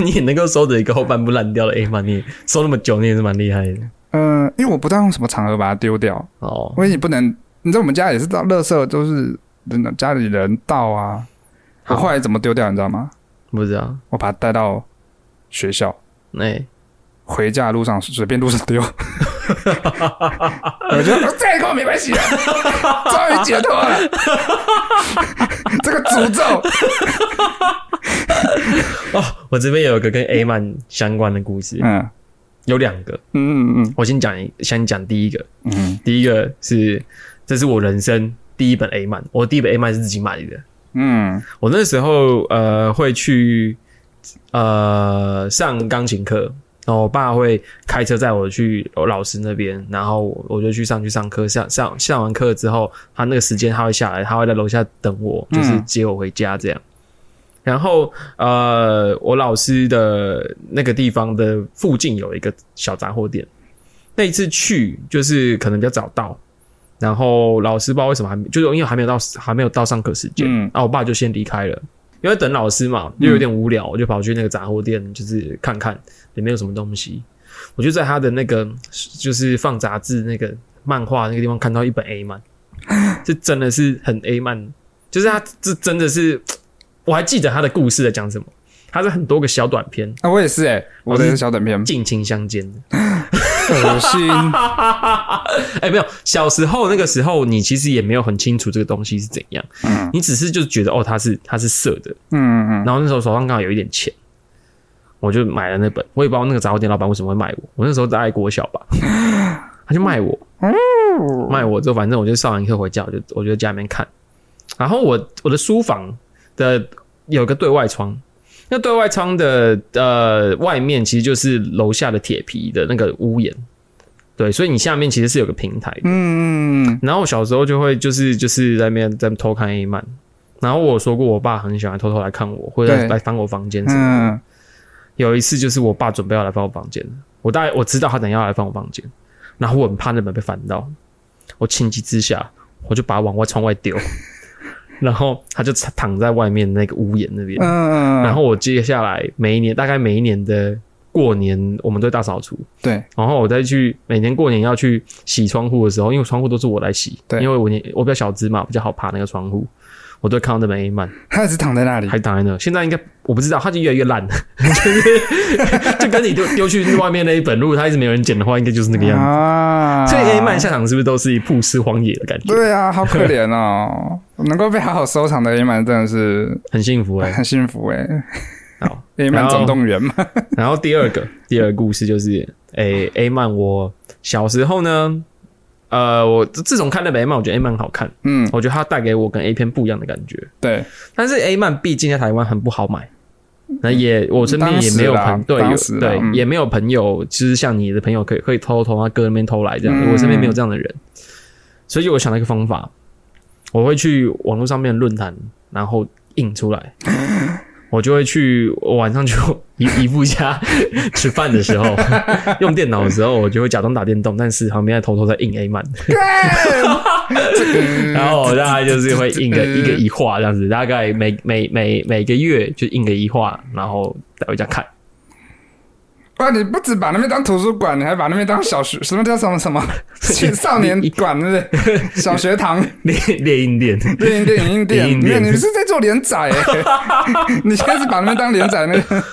Speaker 2: 你也能够收着一个后半部烂掉的 A 曼，你也收那么久，你也是蛮厉害的
Speaker 1: 嗯、因为我不知道用什么场合把它丢掉，
Speaker 2: 哦。
Speaker 1: 我也不能，你知道我们家也是到垃圾都是真的家里人倒啊。我
Speaker 2: 好
Speaker 1: 后来怎么丢掉，你知道吗？
Speaker 2: 不知道，
Speaker 1: 我把它带到学校，
Speaker 2: 哎、
Speaker 1: 回家的路上随便路上丢， 我觉得再跟我没关系了，啊终于解脱了这个诅咒。
Speaker 2: 哦，我这边有一个跟 A 曼相关的故事，
Speaker 1: 嗯
Speaker 2: 有两个，
Speaker 1: 嗯嗯
Speaker 2: 我先讲一，先讲第一个，
Speaker 1: 嗯嗯
Speaker 2: 第一个是这是我人生第一本 A 漫，我第一本 A 漫是自己买的，
Speaker 1: 嗯
Speaker 2: 我那时候呃会去呃上钢琴课，然后我爸会开车载我去老师那边，然后我我就去上去上课，上上上完课之后，他那个时间他会下来，他会在楼下等我，
Speaker 1: 嗯
Speaker 2: 就是接我回家这样。然后呃，我老师的那个地方的附近有一个小杂货店，那一次去就是可能比较早到。然后老师不知道为什么还没，就是因为还没有到还没有到上课时间，
Speaker 1: 嗯
Speaker 2: 然后我爸就先离开了，因为等老师嘛，又有点无聊，我就跑去那个杂货店，就是看看里面有什么东西。我就在他的那个就是放杂志那个漫画那个地方看到一本 A 漫，这真的是很 A 漫，就是他这真的是，我还记得他的故事在讲什么，他是很多个小短片，
Speaker 1: 啊，我也是哎、我的小短片，
Speaker 2: 近亲相间的。
Speaker 1: 恶心。
Speaker 2: 哎、没有，小时候那个时候，你其实也没有很清楚这个东西是怎样，
Speaker 1: 嗯
Speaker 2: 你只是就觉得哦，它是它是色的，
Speaker 1: 嗯嗯
Speaker 2: 然后那时候手上刚好有一点钱，我就买了那本。我也不知道那个杂货店老板为什么会卖我，我那时候在国小 吧，他就卖我，
Speaker 1: 哦
Speaker 2: 卖我之后，反正我就上完课回家，我就我就在家里面看。然后我我的书房的有个对外窗，那对外窗的呃外面其实就是楼下的铁皮的那个屋檐，对，所以你下面其实是有个平台的。
Speaker 1: 嗯嗯
Speaker 2: 然后我小时候就会就是就是在那边在那边偷看 A 漫，然后我有说过我爸很喜欢偷偷来看我，或者
Speaker 1: 对
Speaker 2: 来翻我房间什么的。
Speaker 1: 嗯
Speaker 2: 有一次就是我爸准备要来翻我房间了，我大概我知道他等一下要来翻我房间，然后我很怕那本被翻到，我情急之下我就把它往外窗外 丢，然后他就躺在外面那个屋檐那边，
Speaker 1: 嗯，
Speaker 2: 然后我接下来每一年大概每一年的过年我们都会大扫除，
Speaker 1: 对，
Speaker 2: 然后我再去每年过年要去洗窗户的时候，因为窗户都是我来洗，
Speaker 1: 对
Speaker 2: 因为我年我比较小只嘛，比较好爬那个窗户，我都会看到那本 A 漫
Speaker 1: 他一直躺在那里，
Speaker 2: 还躺在那。现在应该我不知道，它就越来越烂， 就是就跟你丢丢去外面那一本，如果它一直没有人捡的话，应该就是那个样子。
Speaker 1: 啊，
Speaker 2: 所以嗯 A 漫下场是不是都是一曝尸荒野的感觉？
Speaker 1: 对啊，好可怜 哦，能够被好好收藏的 A 曼真的是
Speaker 2: 很幸福哎、
Speaker 1: 很幸福哎、
Speaker 2: 好，
Speaker 1: A 曼
Speaker 2: 然后
Speaker 1: 总动员 嘛，
Speaker 2: 然后第二个， 第二个故事就是，诶、a 漫，我小时候呢，呃，我自自从看那本 A 漫，我觉得 A 漫好看，
Speaker 1: 嗯，
Speaker 2: 我觉得它带给我跟 A 片不一样的感觉。
Speaker 1: 对，
Speaker 2: 但是 A 漫毕竟在台湾很不好买，那也我身边也没有朋对
Speaker 1: 嗯当
Speaker 2: 有
Speaker 1: 时啦
Speaker 2: 对、
Speaker 1: 嗯
Speaker 2: 也没有朋友，就是像你的朋友可以可以偷偷从他哥那边偷来这样，
Speaker 1: 嗯
Speaker 2: 我身边没有这样的人，所以我想了一个方法，我会去网络上面的论坛，然后印出来，我就会去我晚上就姨姨父 家吃饭的时 候，用电脑的时候，我就会假装打电动，但是旁边在偷偷在硬 A 漫， 然后我大概就是会印个一个一画这样子，大概每每每每个月就印个一画，然后带回家看。
Speaker 1: 哇，你不止把那边当图书馆，你还把那边当小学，什么叫什么什 么去少年馆，对不对？小学堂、
Speaker 2: 猎猎鹰店，
Speaker 1: 电影店、影印
Speaker 2: 影
Speaker 1: 店，
Speaker 2: 印
Speaker 1: 没有，
Speaker 2: 店
Speaker 1: 你是在做连载、欸， 你现在是把那边当连载那个，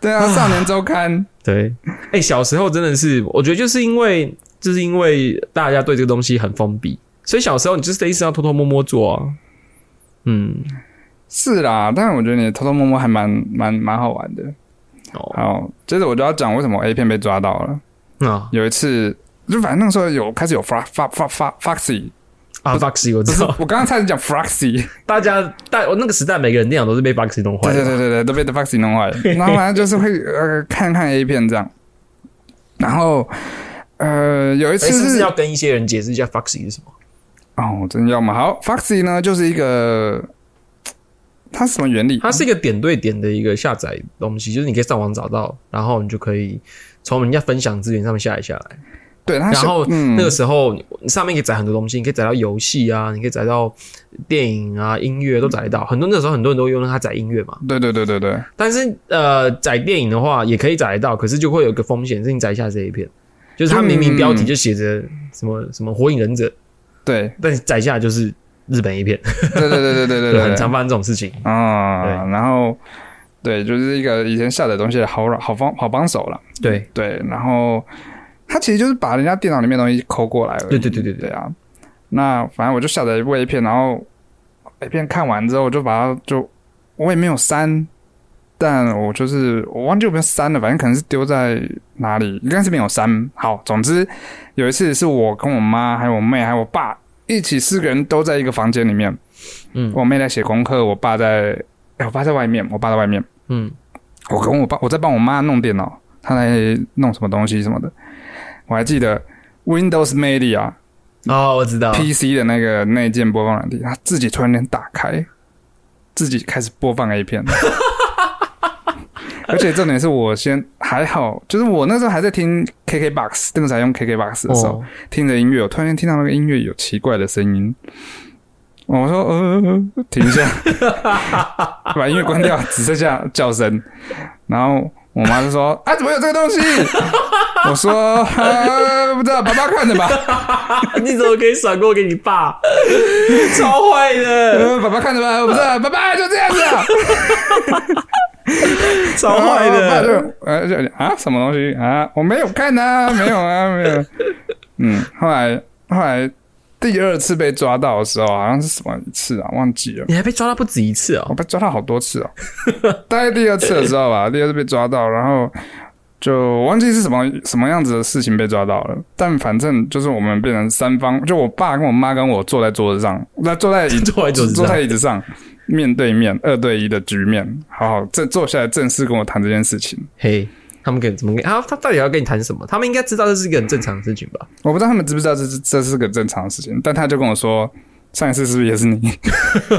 Speaker 1: 对啊，少年周刊，
Speaker 2: 对，哎、小时候真的是，我觉得就是因为就是因为大家对这个东西很封闭，所以小时候你就是得一直要偷偷摸摸做啊。嗯，
Speaker 1: 是啦，但是我觉得你偷偷摸摸还蛮蛮蛮好玩的。
Speaker 2: 哦，
Speaker 1: 好，接着我就要讲为什么 A 片被抓到了。
Speaker 2: 那
Speaker 1: 有一次，就反正那个时候有开始有 Fox Fox Fox Foxy，
Speaker 2: 啊，Foxy 我
Speaker 1: 不
Speaker 2: 知
Speaker 1: 是
Speaker 2: 道，
Speaker 1: 我刚刚差点讲 Foxy，
Speaker 2: 大家大哦我那个时代每个人电脑都是被 Foxy 弄坏
Speaker 1: 对
Speaker 2: 的，
Speaker 1: 对对对对，都被 Foxy 弄 坏了。然后反正就是会呃看看 A 片这样，然后呃有一次
Speaker 2: 哎是不是要跟一些人解释一下 Foxy 是什么？
Speaker 1: 哦，真要吗？好，Foxy 呢就是一个，它是什么原理？
Speaker 2: 它是一个点对点的一个下载东西，就是你可以上网找到，然后你就可以从人家分享资源上面下载下来。
Speaker 1: 对，它
Speaker 2: 然
Speaker 1: 是
Speaker 2: 后
Speaker 1: 嗯
Speaker 2: 那个时候，你上面可以载很多东西，你可以载到游戏啊，你可以载到电影啊、音乐都载得到。很多那时候很多人都用它载音乐嘛，
Speaker 1: 对对对对对，
Speaker 2: 但是呃，载电影的话也可以载得到，可是就会有一个风险，是你载下这一片，就是它明明标题就写着什么、什么火影忍者，
Speaker 1: 对
Speaker 2: 但是载下就是日本一片，
Speaker 1: 对对对对对对对，
Speaker 2: 很常发生这种事情。
Speaker 1: 啊，然后对，就是一个以前下载东西的好好帮好帮手了。
Speaker 2: 对，
Speaker 1: 对，然后他其实就是把人家电脑里面的东西抠过来了。
Speaker 2: 对对对对对
Speaker 1: 对啊！那反正我就下载一部 A 片，然后 A 片看完之后，我就把它就我也没有删，但我就是我忘记有没有删了，反正可能是丢在哪里，应该是没有删。好，总之有一次是我跟我妈、还有我妹、还有我爸一起四个人都在一个房间里面，
Speaker 2: 嗯
Speaker 1: 我妹在写功课，我爸在，哎我爸在外面，我爸在外面。
Speaker 2: 嗯，
Speaker 1: 我跟我爸，我在帮我妈弄电脑，她在弄什么东西什么的。我还记得 Windows Media
Speaker 2: 哦，我知道，
Speaker 1: PC 的那个内建播放软体，它自己突然间打开，自己开始播放 A 片。而且重点是我先还好，就是我那时候还在听 KKBox，那个时候还用 KKBox 的时候，
Speaker 2: 哦，
Speaker 1: 听着音乐，我突然间听到那个音乐有奇怪的声音，我说呃，停 一下，把音乐关掉，只剩下叫声。然后我妈就说：“啊，怎么有这个东西？”我说：“呃，不知道，爸爸看的吧，
Speaker 2: 你怎么可以闪过给你爸？ 超坏的，
Speaker 1: 呃，爸爸看的吧，我不知道，爸爸就这样子、啊。”
Speaker 2: 超坏
Speaker 1: 然后我爸
Speaker 2: 的，
Speaker 1: 就呃就啊什么东西啊，我没有看啊，没有啊，没有。 嗯，后来后来第二次被抓到的时候，好像是什么一次啊，忘记了。
Speaker 2: 你还被抓到不止一次哦
Speaker 1: 我。被抓到好多次哦， 大概第二次的时候吧，第二次被抓到，然后就我忘记是什么什么样子的事情被抓到了，但反正就是我们变成三方，就我爸跟我妈跟我坐在桌子上，那坐在椅
Speaker 2: 坐在桌子上
Speaker 1: 坐在椅子上，面对面二对一的局面，好好正坐下来正式跟我谈这件事情。
Speaker 2: 嘿，他们跟怎么跟啊？他到底要跟你谈什么？他们应该知道这是一个很正常的事情吧？
Speaker 1: 我不知道他们知不知道这是这是个正常的事情，但他就跟我说。上一次是不是也是你？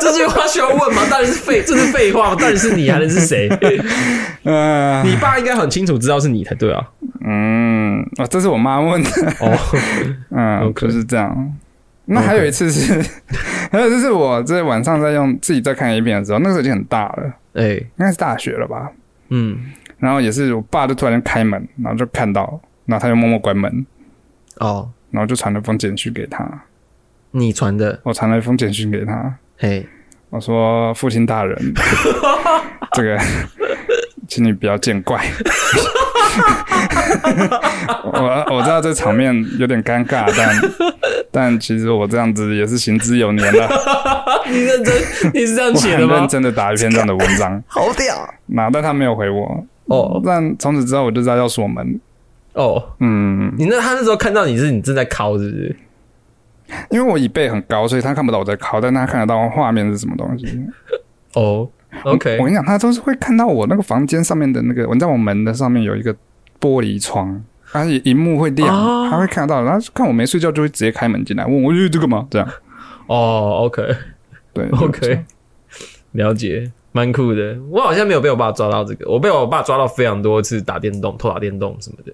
Speaker 2: 这句话需要问吗？到底是废， 这是废话吗？到底是你还啊是是 谁？
Speaker 1: 嗯、
Speaker 2: 你爸应该很清楚知道是你才对 啊。
Speaker 1: 嗯，啊，这是我妈问的。
Speaker 2: 哦，
Speaker 1: 嗯，
Speaker 2: OK
Speaker 1: 就是这样。那还有一次是 还有一次是我在晚上在用自己在看 A 片的时候，那个时候已经很大了，
Speaker 2: 哎、
Speaker 1: 应该是大学了吧。
Speaker 2: 嗯，
Speaker 1: 然后也是我爸就突然间开门，然后就看到，然后他就默默关门，
Speaker 2: 哦，
Speaker 1: 然后就传了封简讯给他。
Speaker 2: 你传的，
Speaker 1: 我传了一封简讯给他，
Speaker 2: 嘿，
Speaker 1: 我说：“父亲大人，这个，请你不要见怪。我我知道这场面有点尴尬，但但其实我这样子也是行之有年了。”
Speaker 2: 你认真，你是这样
Speaker 1: 我
Speaker 2: 写的
Speaker 1: 很认
Speaker 2: 吗？，
Speaker 1: 真的打一篇这样的文章
Speaker 2: 好屌！
Speaker 1: 那但他没有回我。
Speaker 2: 哦
Speaker 1: 但从此之后我就知道要锁门。
Speaker 2: 哦，
Speaker 1: 嗯，
Speaker 2: 你那他那时候看到你是你正在敲，是不是？
Speaker 1: 因为我椅背很高，所以他看不到我在拷，但他看得到画面是什么东西。
Speaker 2: 哦，OK，
Speaker 1: 我跟你讲，他都是会看到我那个房间上面的那个，我在我门的上面有一个玻璃窗，而且荧幕会亮，
Speaker 2: 哦
Speaker 1: 他会看得到。然后看我没睡觉，就会直哎接开门进来，问我：“咦，这干嘛？”这样。
Speaker 2: 哦，OK，OK，
Speaker 1: 对
Speaker 2: OK，了解，蛮酷的。我好像没有被我爸抓到这个，我被我爸抓到非常多次打电动、偷打电动什么的，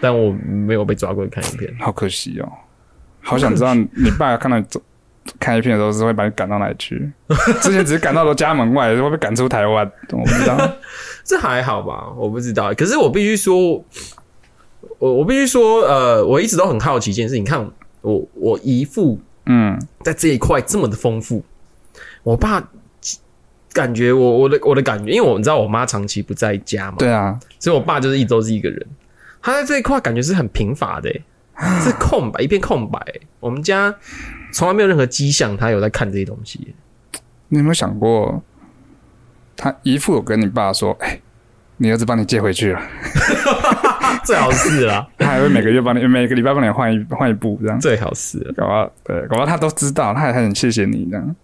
Speaker 2: 但我没有被抓过看影片。
Speaker 1: 好可惜哦，好想知道你爸看到你走看 A 片的时候是会把你赶到哪里去？之前只是赶到了家门外，会被赶出台湾，我不知道。
Speaker 2: 这还好吧，我不知道。可是我必须说，我我必须说，呃，我一直都很好奇一件事情。你看，我我姨父
Speaker 1: 嗯，
Speaker 2: 在这一块这么的丰富，我爸感觉我我的我的感觉，因为我们知道我妈长期不在家嘛，
Speaker 1: 对啊，
Speaker 2: 所以我爸就是一直都是一个人。他在这一块感觉是很贫乏的、 欸，是空白一片空白欸、我们家从来没有任何迹象他有在看这些东西欸、
Speaker 1: 你有没有想过，他姨父有跟你爸说：“哎、你儿子帮你借回去了。
Speaker 2: 最好是 啦，”
Speaker 1: 他还会每个月帮你，每个礼拜帮你换一换一部这样。
Speaker 2: 最好是啊啦，
Speaker 1: 搞不好对，搞不好他都知道，他还很谢谢你这样。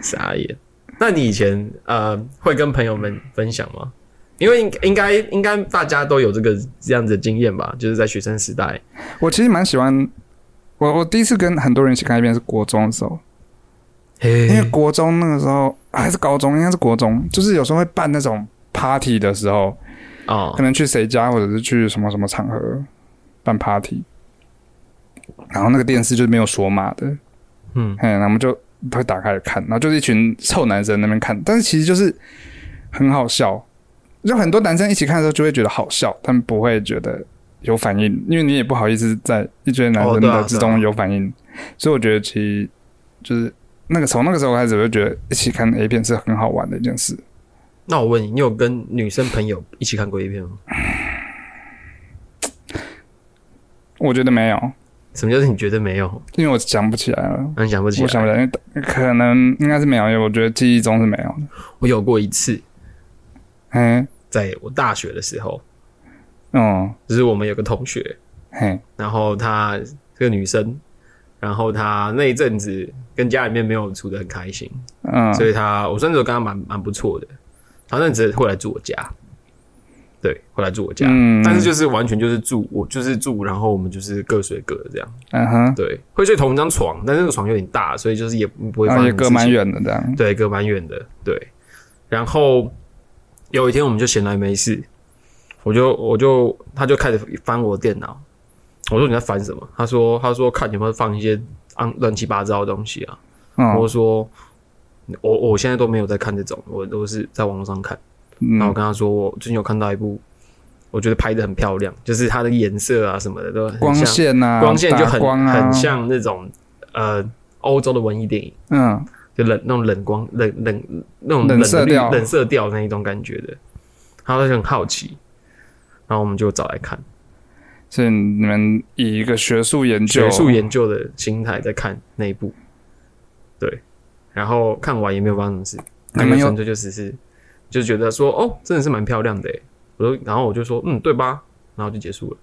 Speaker 2: 傻眼。那你以前呃会跟朋友们分享吗？因为应应该应该大家都有这个这样子的经验吧，就是在学生时代，
Speaker 1: 我其实蛮喜欢，我我第一次跟很多人一起看一遍是国中的时候，因为
Speaker 2: 嘿，
Speaker 1: 国中那个时候啊还是高中，应该是国中，就是有时候会办那种 party 的时候，
Speaker 2: 哦
Speaker 1: 可，能去谁家或者是去什么什么场合办 party，然后那个电视就是没有锁码的，
Speaker 2: 嗯，
Speaker 1: 嘿，然后我们就会打开来看，然后就是一群臭男生在那边看，但是其实就是很好笑，就很多男生一起看的时候就会觉得好笑，但不会觉得有反应，因为你也不好意思在一堆男
Speaker 2: 哦
Speaker 1: 生
Speaker 2: 对啊
Speaker 1: 的之中有反应，所以我觉得其实就是那个从那个时候开始，我就觉得一起看 A 片是很好玩的一件事。
Speaker 2: 那我问你，你有跟女生朋友一起看过 A 片吗？
Speaker 1: 我觉得没有，
Speaker 2: 什么叫做你觉得没有？
Speaker 1: 因为我想不起来了。
Speaker 2: 那你想不起
Speaker 1: 我想
Speaker 2: 来？
Speaker 1: 不起来，因为可能应该是没有，因为我觉得记忆中是没有的。
Speaker 2: 我有过一次，
Speaker 1: 嘿，
Speaker 2: 在我大学的时候，
Speaker 1: 嗯，
Speaker 2: 就是我们有个同学，
Speaker 1: 嘿，
Speaker 2: 然后她是个女生，然后她那一阵子跟家里面没有处得很开心，
Speaker 1: 嗯，
Speaker 2: 所以她我算是跟她蛮蛮不错的，她那阵子会来住我家，对，会来住我家，
Speaker 1: 嗯
Speaker 2: 但是就是完全就是住我就是住，然后我们就是各睡各的这样，
Speaker 1: 嗯哼，
Speaker 2: 对，会睡同一张床，但是那个床有点大，所以就是也不会
Speaker 1: 然
Speaker 2: 发
Speaker 1: 后啊也
Speaker 2: 生
Speaker 1: 隔
Speaker 2: 事
Speaker 1: 蛮
Speaker 2: 情
Speaker 1: 远的这样。
Speaker 2: 对，隔蛮远的，对。然后有一天我们就闲来没事，我就我就他就开始翻我电脑，我说你在翻什么？他说他说看有没有放一些肮乱七八糟的东西啊。
Speaker 1: 嗯
Speaker 2: 我说我我现在都没有在看这种，我都是在网络上看。然后我
Speaker 1: 嗯，
Speaker 2: 跟他说我最近有看到一部，我觉得拍的很漂亮，就是它的颜色啊什么的都很
Speaker 1: 光
Speaker 2: 像
Speaker 1: 线啊，
Speaker 2: 光线就
Speaker 1: 打
Speaker 2: 很
Speaker 1: 光啊，
Speaker 2: 很。像那种呃欧洲的文艺电影。
Speaker 1: 嗯，
Speaker 2: 就冷那种冷光冷冷那种
Speaker 1: 冷
Speaker 2: 冷的
Speaker 1: 色
Speaker 2: 绿
Speaker 1: 调
Speaker 2: 冷色调那一种感觉的，然后他就很好奇，然后我们就找来看，
Speaker 1: 所以你们以一个学术研究，
Speaker 2: 学术研究的心态在看那一部，对，然后看完也没有发生什么事，
Speaker 1: 你
Speaker 2: 那
Speaker 1: 们
Speaker 2: 个
Speaker 1: 有
Speaker 2: 纯粹就只是就觉得说哦，真的是蛮漂亮的耶，我说，然后我就说嗯，对吧？然后就结束了。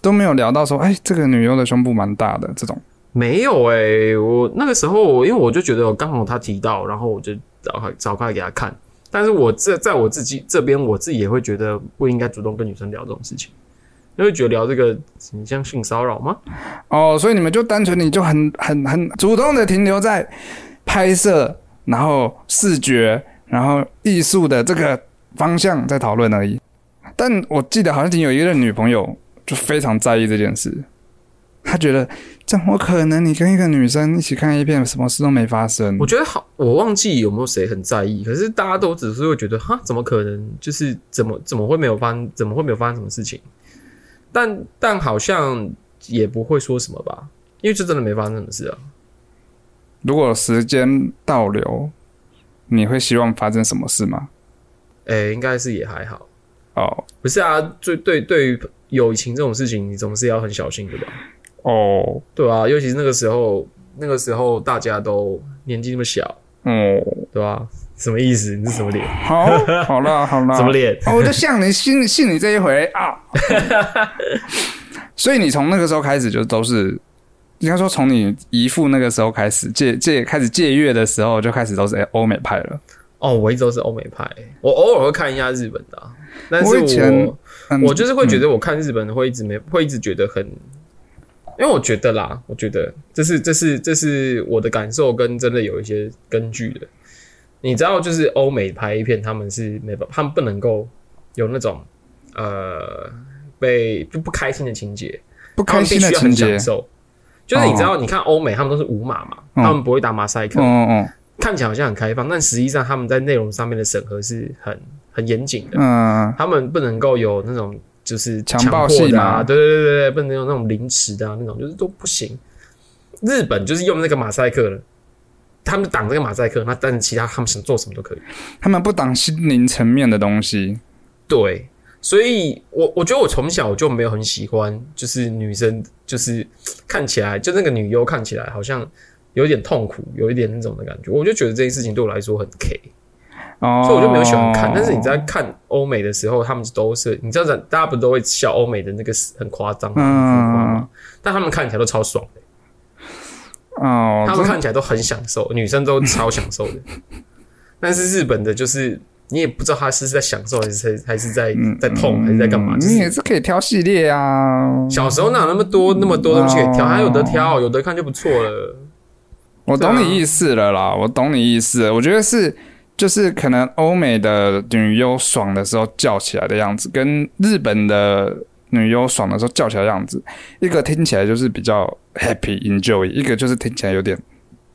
Speaker 1: 都没有聊到说，哎，这个女优的胸部蛮大的这种。
Speaker 2: 没有哎、我那个时候因为我就觉得刚好他提到，然后我就找快找快给他看。但是我这在我自己这边，我自己也会觉得不应该主动跟女生聊这种事情，因为觉得聊这个你像性骚扰吗？
Speaker 1: 哦，所以你们就单纯你就很很很主动的停留在拍摄，然后视觉，然后艺术的这个方向在讨论而已。但我记得好像你有一个女朋友就非常在意这件事，她觉得怎么可能你跟一个女生一起看一片，什么事都没发生
Speaker 2: 我？觉得好，我忘记有没有谁很在意，可是大家都只是会觉得哈，怎么可能？就是怎么怎么会没有发生，怎么会没有发生什么事情？但但好像也不会说什么吧，因为这真的没发生什么事啊。
Speaker 1: 如果时间倒流，你会希望发生什么事吗？
Speaker 2: 哎、应该是也还好。
Speaker 1: 哦
Speaker 2: 不是啊，最对对于友情这种事情，你总是要很小心的吧？
Speaker 1: 哦
Speaker 2: 对啊，尤其是那个时候，那个时候大家都年纪那么小，
Speaker 1: 哦，
Speaker 2: 对吧、什么意思？你是什么脸？
Speaker 1: 好，好啦，好啦，
Speaker 2: 什么脸？
Speaker 1: 哦，我就向你 信信你这一回啊。所以你从那个时候开始就都是，应该说从你姨父那个时候开始借借开始借阅的时候就开始都是哎欧美派了。
Speaker 2: 哦，我一直都是欧美派，我偶尔会看一下日本的啊、但是
Speaker 1: 我以前
Speaker 2: 我
Speaker 1: 嗯
Speaker 2: 我就是会觉得我看日本的会一直没会一直觉得很，因为我觉得啦，我觉得这是这是这是我的感受跟真的有一些根据的，你知道，就是欧美拍片，他们是没办，他们不能够有那种呃被就不开心的情节，
Speaker 1: 嗯不
Speaker 2: 他
Speaker 1: 开
Speaker 2: 们必
Speaker 1: 心的
Speaker 2: 须要
Speaker 1: 情
Speaker 2: 很
Speaker 1: 节哦
Speaker 2: 享。受。就是你知道，你看欧美他们都是无码嘛，他们不会打马赛克，
Speaker 1: 嗯嗯
Speaker 2: 看起来好像很开放，但实际上他们在内容上面的审核是很很严谨的，
Speaker 1: 嗯
Speaker 2: 他们不能够有那种就是
Speaker 1: 强
Speaker 2: 迫
Speaker 1: 暴戏
Speaker 2: 的啊，
Speaker 1: 嘛
Speaker 2: 对对对对，不能有那种凌迟的啊，那种就是都不行。日本就是用那个马赛克了，他们挡这个马赛克，那但是其他他们想做什么都可以。
Speaker 1: 嗯，他们不挡心灵层面的东西。
Speaker 2: 对，所以我我觉得我从小就没有很喜欢，就是女生就是看起来就那个女优看起来好像有点痛苦，有一点那种的感觉，我就觉得这件事情对我来说很 K。
Speaker 1: 哦，
Speaker 2: 所以我就没有喜欢看。但是你在看欧美的时候，他们都是你知道，大家不都会笑欧美的那个很夸张、很浮
Speaker 1: 嗯
Speaker 2: 夸吗？但他们看起来都超爽的，
Speaker 1: 哦，
Speaker 2: 他
Speaker 1: 这
Speaker 2: 们看起来都很享受，女生都超享受的。但是日本的，就是你也不知道他是在享受还是还是在在痛还是在干嘛，就
Speaker 1: 你也
Speaker 2: 是。
Speaker 1: 是可以挑系列啊。
Speaker 2: 小时候哪有那么多那么多东西可以挑，
Speaker 1: 哦
Speaker 2: 还有得挑，有得看就不错了。
Speaker 1: 我懂
Speaker 2: 对啊
Speaker 1: 你意思了啦，我懂你意思了。我觉得是，就是可能欧美的女优爽的时候叫起来的样子，跟日本的女优爽的时候叫起来的样子，一个听起来就是比较 happy enjoy，一个就是听起来有点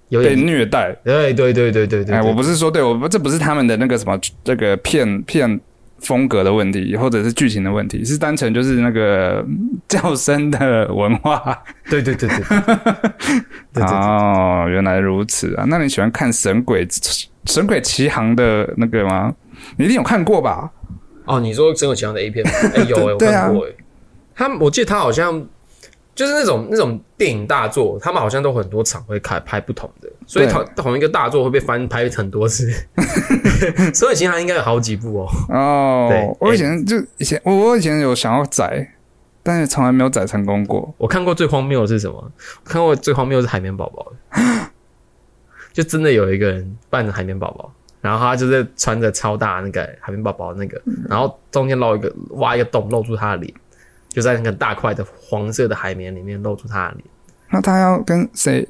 Speaker 2: 有
Speaker 1: 被
Speaker 2: 点，
Speaker 1: 虐待。
Speaker 2: 对对对对对对，
Speaker 1: 哎，我不是说对，我不这不是他们的那个什么这个片片风格的问题，或者是剧情的问题，是单纯就是那个嗯叫声的文化。
Speaker 2: 对对对对对对对对，
Speaker 1: 哦，原来如此啊！那你喜欢看《神鬼神鬼奇航》的那个吗？你一定有看过吧？
Speaker 2: 哦，你说《真有其他的 A 片吗？哎、有哎、我
Speaker 1: 对啊
Speaker 2: 看过哎、他我记得他好像就是那种那种电影大作，他们好像都很多场会开拍不同的，所以
Speaker 1: 对
Speaker 2: 同同一个大作会被翻拍很多 次。所以其实他应该有好几部哦。
Speaker 1: 哦
Speaker 2: 对，哎
Speaker 1: 我以前就以前我我以前有想要载，但是从来没有载成功过。
Speaker 2: 我看过最荒谬的是什么？我看过最荒谬的是海绵宝 宝，就真的有一个人扮着海绵宝宝，然后他就是穿着超大那个海绵宝宝那个，
Speaker 1: 嗯
Speaker 2: 然后中间露一个挖一个洞，露出他的脸，就在那个大块的黄色的海绵里面露出他的脸。
Speaker 1: 那他要跟谁？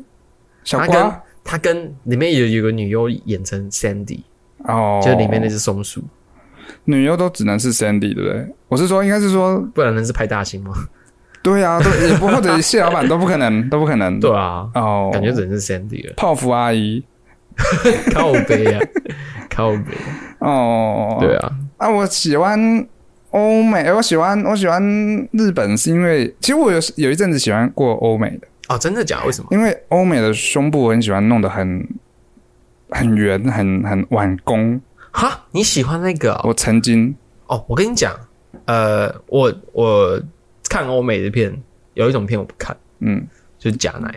Speaker 1: 小
Speaker 2: 他跟
Speaker 1: 瓜
Speaker 2: 他跟里面有有个女优演成 Sandy，
Speaker 1: 哦，
Speaker 2: 就是里面那只松鼠，
Speaker 1: 女优都只能是 Sandy，对不对？我是说，应该是说，
Speaker 2: 不然能是派大星吗？
Speaker 1: 对啊，都也不或者蟹老板都不可能，都不可能。
Speaker 2: 对啊，
Speaker 1: 哦，
Speaker 2: 感觉只能是 Sandy 了，
Speaker 1: 泡芙阿姨
Speaker 2: 靠背 啊，靠背，
Speaker 1: 哦，
Speaker 2: 对啊，
Speaker 1: 啊，我喜欢欧美，呃我喜欢我喜欢日本，是因为其实我有有一阵子喜欢过欧美的，
Speaker 2: 哦，真的假的？为什么？
Speaker 1: 因为欧美的胸部我很喜欢弄得很很圆，很很挽弓。
Speaker 2: 哈，你喜欢那个哦？
Speaker 1: 我曾经
Speaker 2: 哦我跟你讲，呃，我我看欧美的片，有一种片我不看，
Speaker 1: 嗯，
Speaker 2: 就是假奶，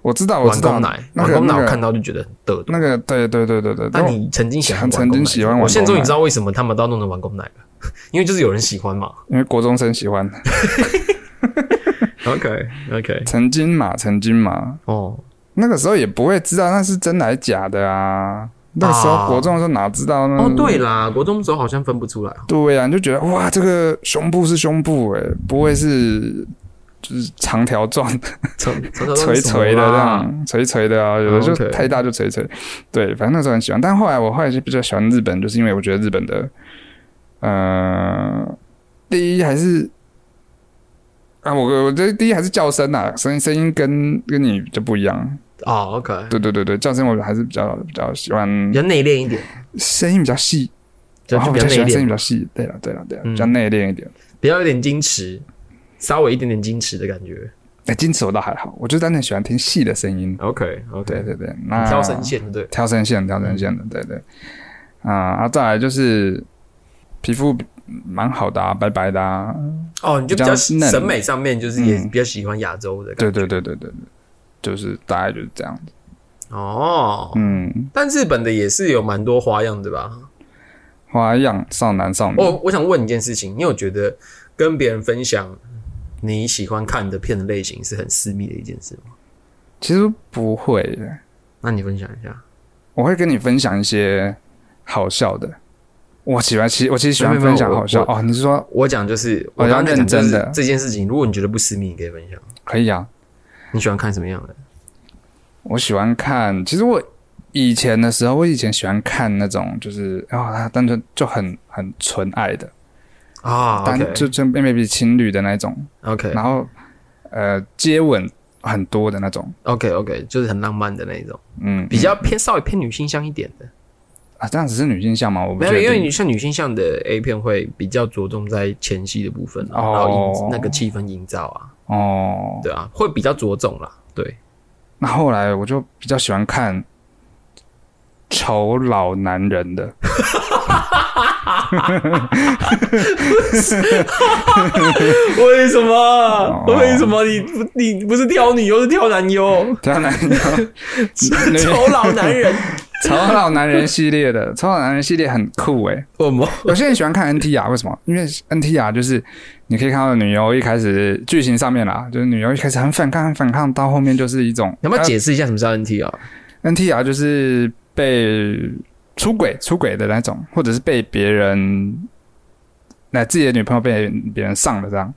Speaker 1: 我知道我
Speaker 2: 玩
Speaker 1: 知道
Speaker 2: 公奶，
Speaker 1: 那
Speaker 2: 玩
Speaker 1: 个
Speaker 2: 公奶
Speaker 1: 那
Speaker 2: 我看
Speaker 1: 个
Speaker 2: 到就觉得很得。
Speaker 1: 那个对对对对对，
Speaker 2: 但
Speaker 1: 然后
Speaker 2: 你曾经喜欢玩
Speaker 1: 曾经
Speaker 2: 公奶
Speaker 1: 喜欢玩
Speaker 2: 我现在终
Speaker 1: 公
Speaker 2: 于
Speaker 1: 奶
Speaker 2: 知道为什么他们都要弄成玩公奶了， 因为就是有人喜欢嘛。
Speaker 1: 因为国中生喜欢，
Speaker 2: OK OK，
Speaker 1: 曾经嘛曾经嘛，
Speaker 2: 哦，
Speaker 1: 那个时候也不会知道那是真的还是假的啊。那个时候
Speaker 2: 啊
Speaker 1: 国中的时候哪知道呢？
Speaker 2: 哦，对啦，国中的时候好像分不出来。啊
Speaker 1: 对啊呀、你就觉得哇，这个胸部是胸部诶、不会是就是长条状
Speaker 2: 从从 小
Speaker 1: 垂垂的这样，垂垂的啊，有的就
Speaker 2: 哦 OK
Speaker 1: 太大就垂垂。对，反正那时候很喜欢，但后来我后来就比较喜欢日本，就是因为我觉得日本的，呃，第一还是啊，我我觉得第一还是叫声啊，声音声音跟跟你就不一样。
Speaker 2: 哦，OK，
Speaker 1: 对对对对，叫声我还是比较比较喜欢，
Speaker 2: 比较内敛一点，
Speaker 1: 声音比较细，
Speaker 2: 就
Speaker 1: 嗯然后
Speaker 2: 就
Speaker 1: 我
Speaker 2: 比
Speaker 1: 比
Speaker 2: 较
Speaker 1: 较喜
Speaker 2: 内
Speaker 1: 欢声音比
Speaker 2: 敛，
Speaker 1: 较细。对了对了对了，
Speaker 2: 嗯
Speaker 1: 比较内敛一点。
Speaker 2: 比较有点矜持，稍微一点点矜持的感觉。
Speaker 1: 哎，矜持我倒还好，我就单纯喜欢听细的声音。
Speaker 2: OK
Speaker 1: 对啊
Speaker 2: OK，
Speaker 1: 对对，那
Speaker 2: 挑声，线对，
Speaker 1: 挑声线，挑声线的，对对。啊，啊，再来就是皮肤蛮好的啊，白白的啊，
Speaker 2: 哦，你就比
Speaker 1: 比较
Speaker 2: 较
Speaker 1: 嫩
Speaker 2: 审美上面就是也
Speaker 1: 嗯
Speaker 2: 比较喜欢亚洲的
Speaker 1: 对
Speaker 2: 感
Speaker 1: 对对对对，对就是大概就是这样子。
Speaker 2: 觉。哦，
Speaker 1: 嗯，
Speaker 2: 但日本的也是有蛮多花样的吧？
Speaker 1: 花样少男少女，
Speaker 2: 我我想问一件事情，你有觉得跟别人分享你喜欢看的片的类型是很私密的一件事吗？
Speaker 1: 其实不会耶，
Speaker 2: 那你分享一下。
Speaker 1: 我会跟你分享一些好笑的。我喜欢，其实我其实喜欢
Speaker 2: 没有没有
Speaker 1: 分享
Speaker 2: 我
Speaker 1: 好笑
Speaker 2: 我
Speaker 1: 哦。你是说
Speaker 2: 我讲就是我
Speaker 1: 哦要
Speaker 2: 刚刚在讲就
Speaker 1: 认
Speaker 2: 是
Speaker 1: 真的
Speaker 2: 这件事情，如果你觉得不私密，你可以分享。
Speaker 1: 可以啊？
Speaker 2: 你喜欢看什么样的？
Speaker 1: 我喜欢看，其实我以前的时候，我以前喜欢看那种，就是啊，他单纯就很很纯爱的，
Speaker 2: 啊
Speaker 1: 单就就 maybe 情侣的那种，
Speaker 2: ，OK
Speaker 1: 然后呃接吻很多的那种，
Speaker 2: OK OK，就是很浪漫的那一种，
Speaker 1: 嗯，
Speaker 2: 比较偏稍微偏女性向一点的。
Speaker 1: 啊，这样子是女性向吗？我不
Speaker 2: 没
Speaker 1: 确
Speaker 2: 有，
Speaker 1: 定。
Speaker 2: 因为你像女性向的 A 片会比较着重在前戏的部分啊、
Speaker 1: 哦
Speaker 2: 然后营那个气氛营造啊，
Speaker 1: 哦，
Speaker 2: 对啊，会比较着重啦。对，
Speaker 1: 那后来我就比较喜欢看丑老男人的，
Speaker 2: 为什么？为什么你不你不是挑女优是挑男 优？
Speaker 1: 丑男
Speaker 2: 丑老男人，
Speaker 1: 丑老男人系列的，丑老男人系列很酷欸诶、
Speaker 2: 我么？
Speaker 1: 有些人喜欢看 NTR，为什么？因为 NTR 就是你可以看到女优一开始剧情上面啦，就是女优一开始很反抗，很反抗，到后面就是一种。
Speaker 2: 你要不要解释一下什么是 NT 啊？
Speaker 1: 呃 NTR 就是被出轨、出轨的那种，或者是被别人，那自己的女朋友被别人上了这样。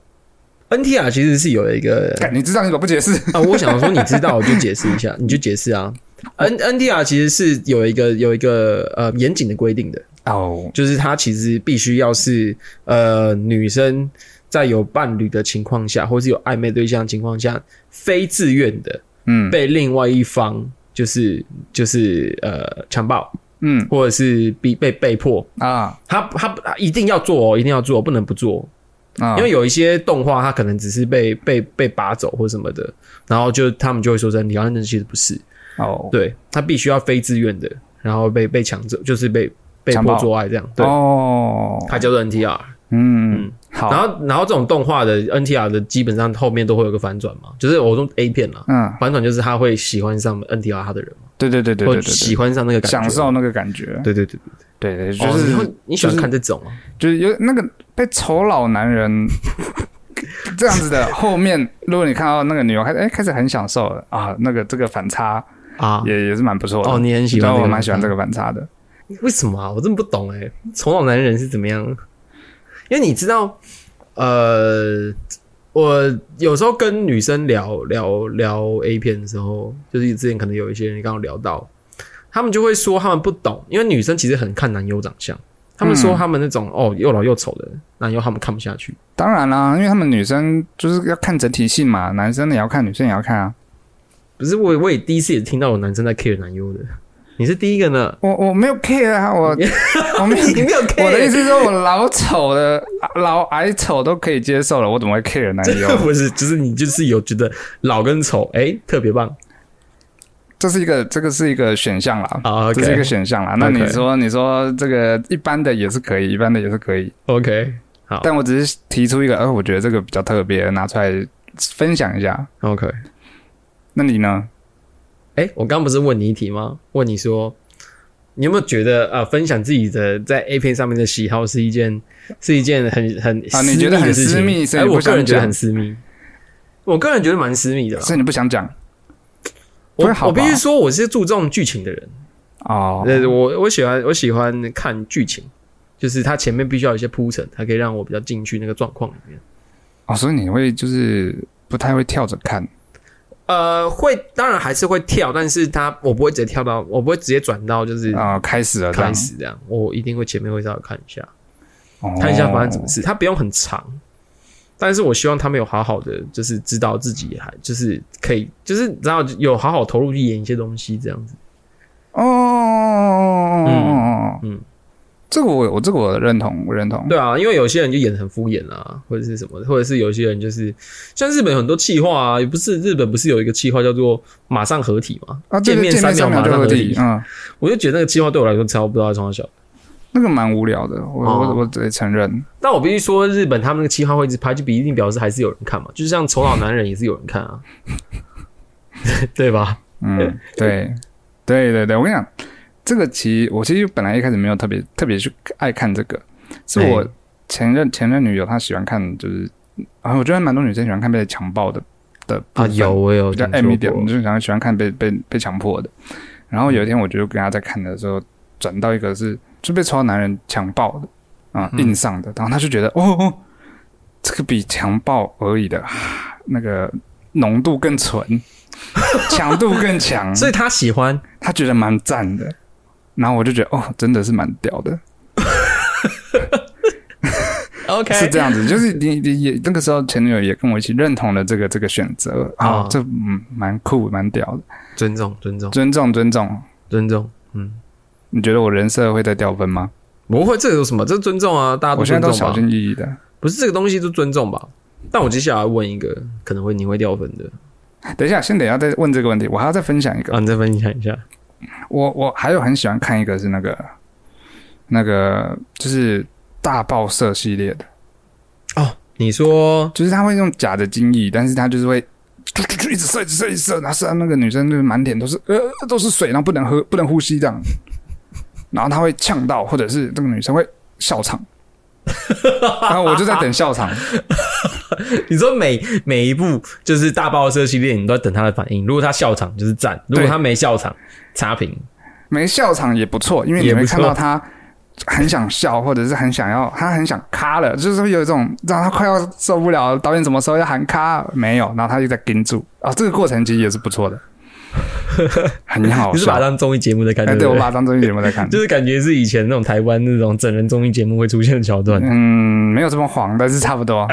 Speaker 2: NTR 其实是有一个
Speaker 1: 干你知道你怎么不解释？
Speaker 2: 啊，我想说你知道，我就解释一下，你就解释啊。N NTR 其实是有一个有一个呃严谨的规定的，
Speaker 1: 哦，
Speaker 2: 就是它其实必须要是呃女生在有伴侣的情况下，或是有暧昧对象的情况下，非自愿的
Speaker 1: 嗯
Speaker 2: 被另外一方就是就是呃强暴，
Speaker 1: 嗯
Speaker 2: 或者是逼被被迫，
Speaker 1: 啊
Speaker 2: 他他他一定要做哦，一定要做，不能不做。
Speaker 1: 啊，
Speaker 2: 因为有一些动画，它可能只是被被被拔走或什么的，然后就他们就会说真理，然后那其实不是，
Speaker 1: 哦
Speaker 2: 对他必须要非自愿的，然后被被强制，就是被被
Speaker 1: 强暴
Speaker 2: 迫做爱这样，对，
Speaker 1: 哦，
Speaker 2: 它叫做 NTR。
Speaker 1: 嗯好，
Speaker 2: 然后然后这种动画的 NTR 的基本上后面都会有个反转嘛，就是我说 A 片啦，
Speaker 1: 嗯，
Speaker 2: 反转就是他会喜欢上 NTR 他的人嘛，
Speaker 1: 对对对对
Speaker 2: 或
Speaker 1: 对
Speaker 2: 者
Speaker 1: 对
Speaker 2: 喜欢上那个
Speaker 1: 对，
Speaker 2: 感
Speaker 1: 享
Speaker 2: 觉，
Speaker 1: 受那个感觉，
Speaker 2: 对对对，
Speaker 1: 对对，
Speaker 2: 哦
Speaker 1: 就
Speaker 2: 你
Speaker 1: 是
Speaker 2: 会你喜欢看这种啊？
Speaker 1: 就是有那个被丑老男 人这样子的，后面如果你看到那个女友开始哎开始很享受了啊，那个这个反差
Speaker 2: 啊，
Speaker 1: 也也是蛮不错的。
Speaker 2: 哦，你很喜欢
Speaker 1: 对
Speaker 2: 这个，
Speaker 1: 我蛮喜欢这个反差的。
Speaker 2: 为什么啊？我真的不懂哎、丑老男人是怎么样？因为你知道，呃，我有时候跟女生聊聊聊 A 片的时候，就是之前可能有一些人刚好聊到，他们就会说他们不懂，因为女生其实很看男优长相，他们说他们那种、哦又老又丑的男优，他们看不下去。
Speaker 1: 当然啦，因为他们女生就是要看整体性嘛，男生也要看，女生也要看啊。
Speaker 2: 不是我，我也第一次也听到有男生在 care 男优的，你是第一个呢，
Speaker 1: 我我没有 care 啊，我我没有
Speaker 2: 你没有 care，
Speaker 1: 我的意思是说，我老丑的、老矮丑都可以接受了，我怎么会 care 男
Speaker 2: 这个
Speaker 1: 优？
Speaker 2: 不是，就是你就是有觉得老跟丑哎、特别棒
Speaker 1: 这是一个，这个是一个选项啦，
Speaker 2: 啊，
Speaker 1: 这是一个选项啦。那
Speaker 2: OK
Speaker 1: 你说，你说这个一般的也是可以，一般的也是可以，
Speaker 2: OK 好
Speaker 1: 但我只是提出一个，呃，我觉得这个比较特别，拿出来分享一下。
Speaker 2: OK，
Speaker 1: 那你呢？
Speaker 2: 哎、我刚不是问你一题吗？问你说，你有没有觉得呃，分享自己的在 A 片上面的喜好是一件是一件很很
Speaker 1: 啊
Speaker 2: 私
Speaker 1: 你觉得
Speaker 2: 密的
Speaker 1: 很
Speaker 2: 事情
Speaker 1: 私密所以
Speaker 2: 哎
Speaker 1: 你不
Speaker 2: 我个
Speaker 1: 想
Speaker 2: 人觉得
Speaker 1: 讲
Speaker 2: 很私密，我个人觉得蛮私密的啦。
Speaker 1: 是你不想讲不
Speaker 2: 我
Speaker 1: 会好
Speaker 2: 我必
Speaker 1: 吧
Speaker 2: 须说，我是注重剧情的人，
Speaker 1: 哦？
Speaker 2: 对、我我喜欢我喜欢看剧情，就是它前面必须要有一些铺陈，才可以让我比较进去那个状况里面。
Speaker 1: 哦，所以你会就是不太会跳着看
Speaker 2: 呃，会当然还是会跳，但是它我不会直接跳到，我不会直接转到就是
Speaker 1: 啊、开始了，这样
Speaker 2: 嗯开，始这样，我一定会前面会稍微看一下。
Speaker 1: 哦
Speaker 2: 看一下发生什么事。它不用很长，但是我希望他们有好好的，就是知道自己还就是可以，就是然后有好好投入去演一些东西这样子。
Speaker 1: 哦哦哦哦，
Speaker 2: 嗯嗯
Speaker 1: 嗯，这个我我这个我认同，我认同。
Speaker 2: 对啊，因为有些人就演的很敷衍啊，或者是什么，或者是有些人就是像日本有很多企划啊，也不是日本不是有一个企划叫做“马上合体”嘛？
Speaker 1: 啊，对对
Speaker 2: 面
Speaker 1: 见面
Speaker 2: 秒
Speaker 1: 三
Speaker 2: 马
Speaker 1: 就
Speaker 2: 上
Speaker 1: 合
Speaker 2: 体
Speaker 1: 体，，嗯，
Speaker 2: 我就觉得那个企划对我来说超不知道在从小。
Speaker 1: 那个蛮无聊的，我
Speaker 2: 哦
Speaker 1: 我我得承认。
Speaker 2: 但我必须说，日本他们那个企划会一直拍，就比一定表示还是有人看嘛。就是像《丑老男人》也是有人看啊， 对吧？
Speaker 1: 嗯，对，对对对，我跟你讲，这个其实我其实本来一开始没有特别特别去爱看这个，是我
Speaker 2: 哎
Speaker 1: 前任前任女友她喜欢看，就是啊，我觉得蛮多女生喜欢看被强暴的的部
Speaker 2: 啊，
Speaker 1: 分
Speaker 2: 有我有
Speaker 1: 比较
Speaker 2: 听
Speaker 1: M
Speaker 2: 说
Speaker 1: 一点，
Speaker 2: 过嗯
Speaker 1: 我就想喜欢看被被被强迫的。然后有一天我就跟他在看的时候，转到一个是就被超男人强暴的啊、
Speaker 2: 嗯
Speaker 1: 硬上的，然后他就觉得哦哦， 这个比强暴而已的啊那个浓度更纯，强度更强，
Speaker 2: 所以他喜欢
Speaker 1: 他觉得蛮赞的。然后我就觉得哦，真的是蛮屌的，
Speaker 2: ，OK，
Speaker 1: 是这样子。就是你你也那个时候前女友也跟我一起认同了这个这个选择啊、
Speaker 2: 哦
Speaker 1: 这嗯蛮酷蛮屌的，
Speaker 2: 尊重，尊重，
Speaker 1: 尊重尊重。
Speaker 2: 尊重，嗯，
Speaker 1: 你觉得我人设会再掉分吗？
Speaker 2: 不会，这有什么？这尊重啊，大家
Speaker 1: 我现在
Speaker 2: 尊
Speaker 1: 都
Speaker 2: 重
Speaker 1: 小
Speaker 2: 吧。
Speaker 1: 心翼翼的。
Speaker 2: 不是这个东西就尊重吧？但我接下来问一个，可能会你会掉分的
Speaker 1: 等一下，先等一下再问这个问题，我还要再分享一个。
Speaker 2: 啊，你再分享一下。
Speaker 1: 我我还有很喜欢看一个是那个那个就是大报社系列的，
Speaker 2: 哦你说
Speaker 1: 就是他会用假的精液，但是他就是会就就就一直射一直射一直射，然后射到那个女生就是满脸都是呃都是水，然后不能喝不能呼吸这样，然后他会呛到，或者是这个女生会笑场，然后我就在等笑场，
Speaker 2: 你说每每一部就是大爆社系列，你都在等他的反应。如果他笑场就是赞，如果他没笑场，差评。
Speaker 1: 没笑场也不错，因为你
Speaker 2: 也不
Speaker 1: 会
Speaker 2: 错
Speaker 1: 看到他很想笑，或者是很想要，他很想咔了，就是会有一种让他快要受不了，导演什么时候要喊咔？没有，然后他就在盯住啊、这个过程其实也是不错 的，很好
Speaker 2: 你是把 它
Speaker 1: 笑。
Speaker 2: 当综艺节目的感
Speaker 1: 哎，
Speaker 2: 觉，
Speaker 1: 对，
Speaker 2: 不
Speaker 1: 我把它当综艺节目在看，
Speaker 2: 就是感觉是以前那种台湾那种整人综艺节目会出现的桥段。
Speaker 1: 嗯，没有这么黄，但是差不 多。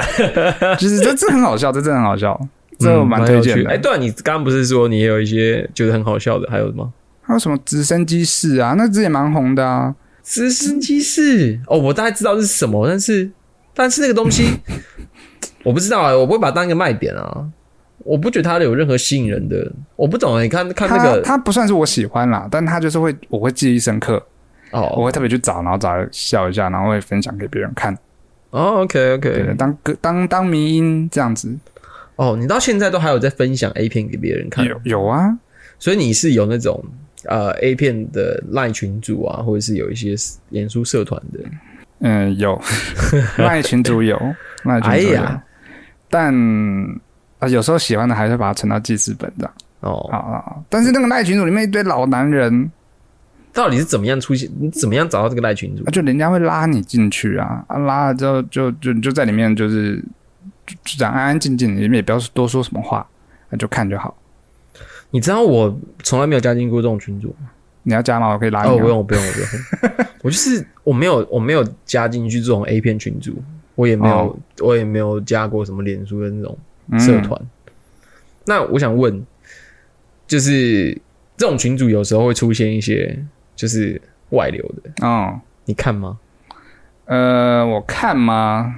Speaker 1: 就是这这很好笑，这真的很好笑，这我
Speaker 2: 嗯
Speaker 1: 蛮推荐
Speaker 2: 有趣哎、
Speaker 1: 的。
Speaker 2: 对啊，你刚刚不是说你也有一些觉得很好笑的，还有什么？
Speaker 1: 还有什么直升机室啊？那只也蛮红的啊。
Speaker 2: 直升机是哦，我大概知道是什么，但是但是那个东西 我不知道哎、我不会把它当一个卖点啊，我不觉得它有任何吸引人的，我不懂哎、你看看那
Speaker 1: 它
Speaker 2: 个
Speaker 1: 它不算是我喜欢啦，但它就是会，我会记忆深刻。我
Speaker 2: 哦
Speaker 1: 会特别去找，然后找来笑一下，然后会分享给别人看。
Speaker 2: 哦，OK
Speaker 1: 对
Speaker 2: OK，
Speaker 1: 的，当歌当当迷音这样子，
Speaker 2: 哦，你到现在都还有在分享 A 片给别人看，
Speaker 1: 有有啊，
Speaker 2: 所以你是有那种呃 A 片的赖群主啊，或者是有一些演出社团的，
Speaker 1: 嗯， 有赖群主有赖群
Speaker 2: 哎
Speaker 1: 主有，
Speaker 2: 呀
Speaker 1: 但啊、有时候喜欢的还是把它存到记事本这样。
Speaker 2: 哦，
Speaker 1: 啊啊！啊但是那个赖群主里面一堆老男人，
Speaker 2: 到底是怎么样出现？你怎么样找到这个赖群主
Speaker 1: 啊？就人家会拉你进去啊，啊拉了之后就就就在里面就是就就这样安安静静，你们也不要多说什么话，那就看就好。
Speaker 2: 你知道我从来没有加进过这种群组。
Speaker 1: 你要加吗？我可以拉你、
Speaker 2: 哦，不
Speaker 1: 啊。
Speaker 2: 用，不用，不用。 我就是我没有，我没有加进去这种 A 片群组，我也没有，
Speaker 1: 哦
Speaker 2: 我也没有加过什么脸书的那种
Speaker 1: 嗯
Speaker 2: 社团。那我想问，就是这种群组有时候会出现一些就是外流的，
Speaker 1: 哦。
Speaker 2: 你看吗？
Speaker 1: 呃，我看吗？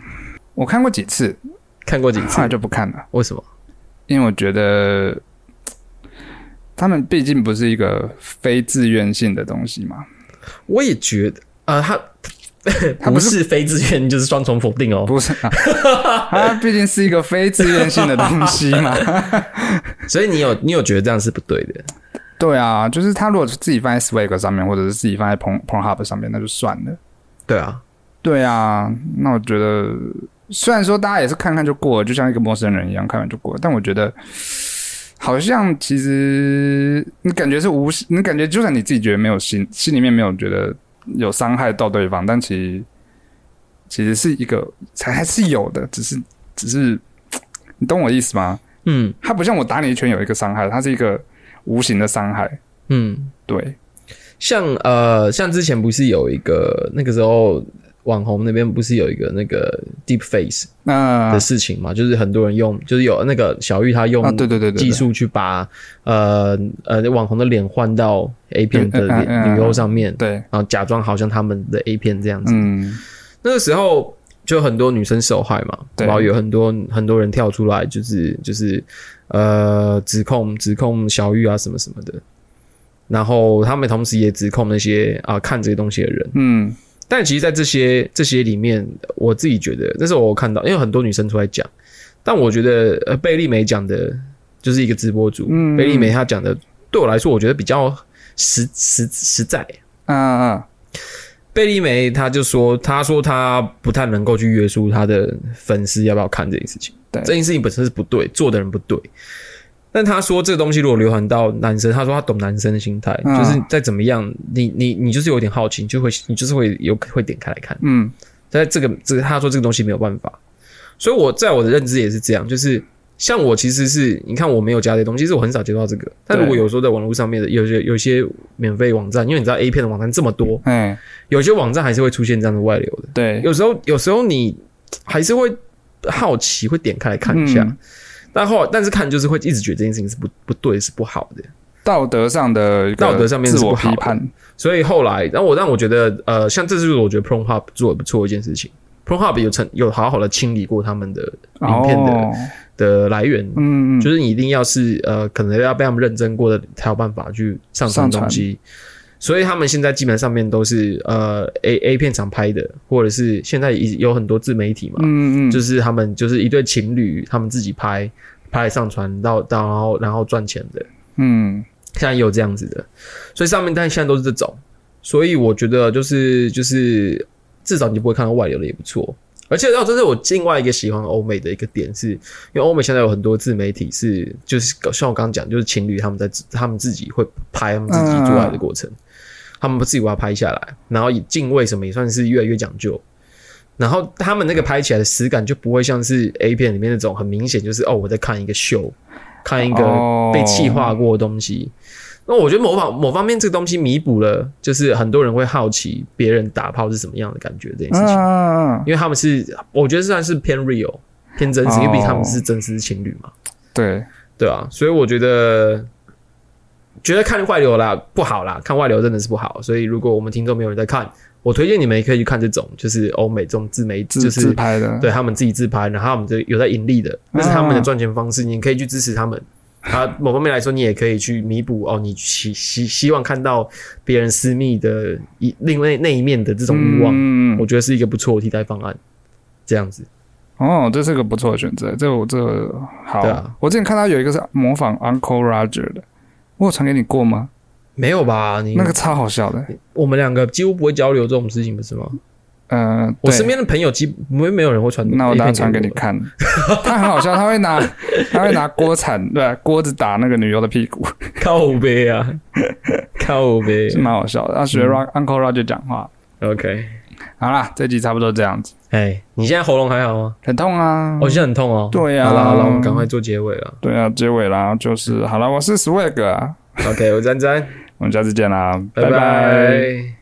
Speaker 1: 我看过几次，
Speaker 2: 看过几 次
Speaker 1: 后来？就不看了，
Speaker 2: 为什么？
Speaker 1: 因为我觉得嘖他们毕竟不是一个非自愿性的东西嘛。
Speaker 2: 我也觉得，呃，他
Speaker 1: 他
Speaker 2: 不
Speaker 1: 不是
Speaker 2: 是非自愿，就是双重否定哦。
Speaker 1: 不是、啊，它毕竟是一个非自愿性的东西嘛。
Speaker 2: 所以你有，你有觉得这样是不对的？
Speaker 1: 对啊，就是他如果自己放在 Swag 上面，或者是自己放在 Porn Pornhub 上面，那就算了。
Speaker 2: 对啊，
Speaker 1: 对啊，那我觉得虽然说大家也是看看就过了，就像一个陌生人一样看完就过了，但我觉得好像其实你感觉是无，你感觉就算你自己觉得没有心，心里面没有觉得有伤害到对方，但其实其实是一个才还是有的，只是只是你懂我意思吗？
Speaker 2: 嗯
Speaker 1: 它不像我打你一拳有一个伤害，它是一个无形的伤害。
Speaker 2: 嗯。
Speaker 1: 对，
Speaker 2: 像呃，像之前不是有一个那个时候网红那边不是有一个那个 deep face
Speaker 1: 那
Speaker 2: 的事情嘛？就是很多人用，就是有那个小玉她用
Speaker 1: 啊，对对对对，对
Speaker 2: 技术去把呃呃网红的脸换到 A 片的
Speaker 1: 对嗯嗯
Speaker 2: 脸
Speaker 1: 嗯
Speaker 2: 女优上面，
Speaker 1: 对，
Speaker 2: 然后假装好像他们的 A 片这样子。
Speaker 1: 嗯，
Speaker 2: 那个时候就很多女生受害嘛，
Speaker 1: 对
Speaker 2: 然后有很多很多人跳出来、就是，就是呃指控指控小玉啊什么什么的，然后他们同时也指控那些啊、看这些东西的人。
Speaker 1: 嗯，
Speaker 2: 但其实，在这些这些里面，我自己觉得那时候我看到，因为很多女生出来讲，但我觉得呃贝利梅讲的就是一个直播主，
Speaker 1: 嗯
Speaker 2: 贝利梅她讲的对我来说，我觉得比较实实实在，
Speaker 1: 嗯嗯
Speaker 2: 贝利梅她就说，她说她不太能够去约束她的粉丝要不要看这件事情。
Speaker 1: 对
Speaker 2: 这件事情本身是不对，做的人不对。但她说这个东西如果流传到男生，她说她懂男生的心态，
Speaker 1: 嗯
Speaker 2: 就是再怎么样，你你你就是有点好奇，你就会你就是会有会点开来看。
Speaker 1: 嗯
Speaker 2: 但这个这个她说这个东西没有办法，所以我在我的认知也是这样，就是像我其实是，你看我没有加这些东西，其实我很少接触到这个。但如果有时候在网络上面的有些有些免费网站，因为你知道 A 片的网站这么多，
Speaker 1: 哎，
Speaker 2: 有些网站还是会出现这样的外流的。
Speaker 1: 对，
Speaker 2: 有时候有时候你还是会好奇，会点开来看一下。
Speaker 1: 嗯
Speaker 2: 但后但是看就是会一直觉得这件事情是不不对，是不好的。
Speaker 1: 道德上的一个
Speaker 2: 道德上面是
Speaker 1: 自我
Speaker 2: 不好
Speaker 1: 批
Speaker 2: 的
Speaker 1: 判，
Speaker 2: 所以后来，让我让我觉得，呃，像这就是我觉得 p r o n Hub 做的不错的一件事情。p r o n Hub 有成有好好的清理过他们的影片的、
Speaker 1: 哦，
Speaker 2: 的来源，
Speaker 1: 嗯嗯，
Speaker 2: 就是你一定要是呃，可能要被他们认证过的才有办法去上传
Speaker 1: 上传
Speaker 2: 东西。所以他们现在基本上面都是呃 A A 片厂拍的，或者是现在已有很多自媒体嘛，
Speaker 1: 嗯嗯，
Speaker 2: 就是他们就是一对情侣，他们自己拍拍上传到到然后然后赚钱的。
Speaker 1: 嗯
Speaker 2: 现在也有这样子的，所以上面但现在都是这种，所以我觉得就是就是至少你不会看到外流的也不错。而且，哦，这是我另外一个喜欢欧美的一个点是，因为欧美现在有很多自媒体是，就是像我刚刚讲，就是情侣他们在他们自己会拍他们自己做爱的过程，他们自己把它拍下来，然后以敬畏什么也算是越来越讲究，然后他们那个拍起来的实感就不会像是 A 片里面那种很明显就是哦我在看一个秀，看一个
Speaker 1: 哦
Speaker 2: 被气化过的东西。那我觉得某方某方面，这个东西弥补了，就是很多人会好奇别人打炮是什么样的感觉这件
Speaker 1: 嗯
Speaker 2: 事情，
Speaker 1: 嗯，嗯
Speaker 2: 因为他们是我觉得算是偏 real、偏真实，
Speaker 1: 哦
Speaker 2: 因为毕竟他们是真实情侣嘛，
Speaker 1: 对，
Speaker 2: 对啊，所以我觉得觉得看外流啦不好啦，看外流真的是不好。所以如果我们听众没有人在看，我推荐你们也可以去看这种，就是欧美这种自媒
Speaker 1: 自
Speaker 2: 就是
Speaker 1: 自拍的，
Speaker 2: 对他们自己自拍，然后他们就有在盈利
Speaker 1: 嗯
Speaker 2: 的，那是他们的赚钱方式，你可以去支持他们。啊，某方面来说，你也可以去弥补哦，你希希希望看到别人私密的一另外那一面的这种欲望，
Speaker 1: 嗯，
Speaker 2: 我觉得是一个不错的替代方案。这样子，
Speaker 1: 哦，这是个不错的选择。这我这个好、
Speaker 2: 对啊
Speaker 1: 我之前看到有一个是模仿 Uncle Roger 的，我有传给你过吗？
Speaker 2: 没有吧？你
Speaker 1: 那个超好笑的。
Speaker 2: 我们两个几乎不会交流这种事情，不是吗？
Speaker 1: 呃，
Speaker 2: 我
Speaker 1: 对
Speaker 2: 身边的朋友几没没有人会传，
Speaker 1: 那我等下传给
Speaker 2: 给
Speaker 1: 你。看，他很好笑，他会拿他会拿锅铲对、锅子打那个女优的屁股，
Speaker 2: 靠 背啊，靠背
Speaker 1: 是蛮好笑的。他
Speaker 2: 嗯
Speaker 1: 学 Ro- Uncle Roger 讲话。
Speaker 2: ，OK。
Speaker 1: 好啦，这集差不多这样子，
Speaker 2: 哎，你现在喉咙还好吗？
Speaker 1: 很痛啊。
Speaker 2: 我现在很痛哦。
Speaker 1: 对啊呀
Speaker 2: 好了好了，我们赶快做结尾了。
Speaker 1: 对啊，结尾啦，就是好啦，我是 Swag，啊
Speaker 2: OK，我是詹詹，
Speaker 1: 我们下次见啦，
Speaker 2: 拜
Speaker 1: 拜
Speaker 2: 拜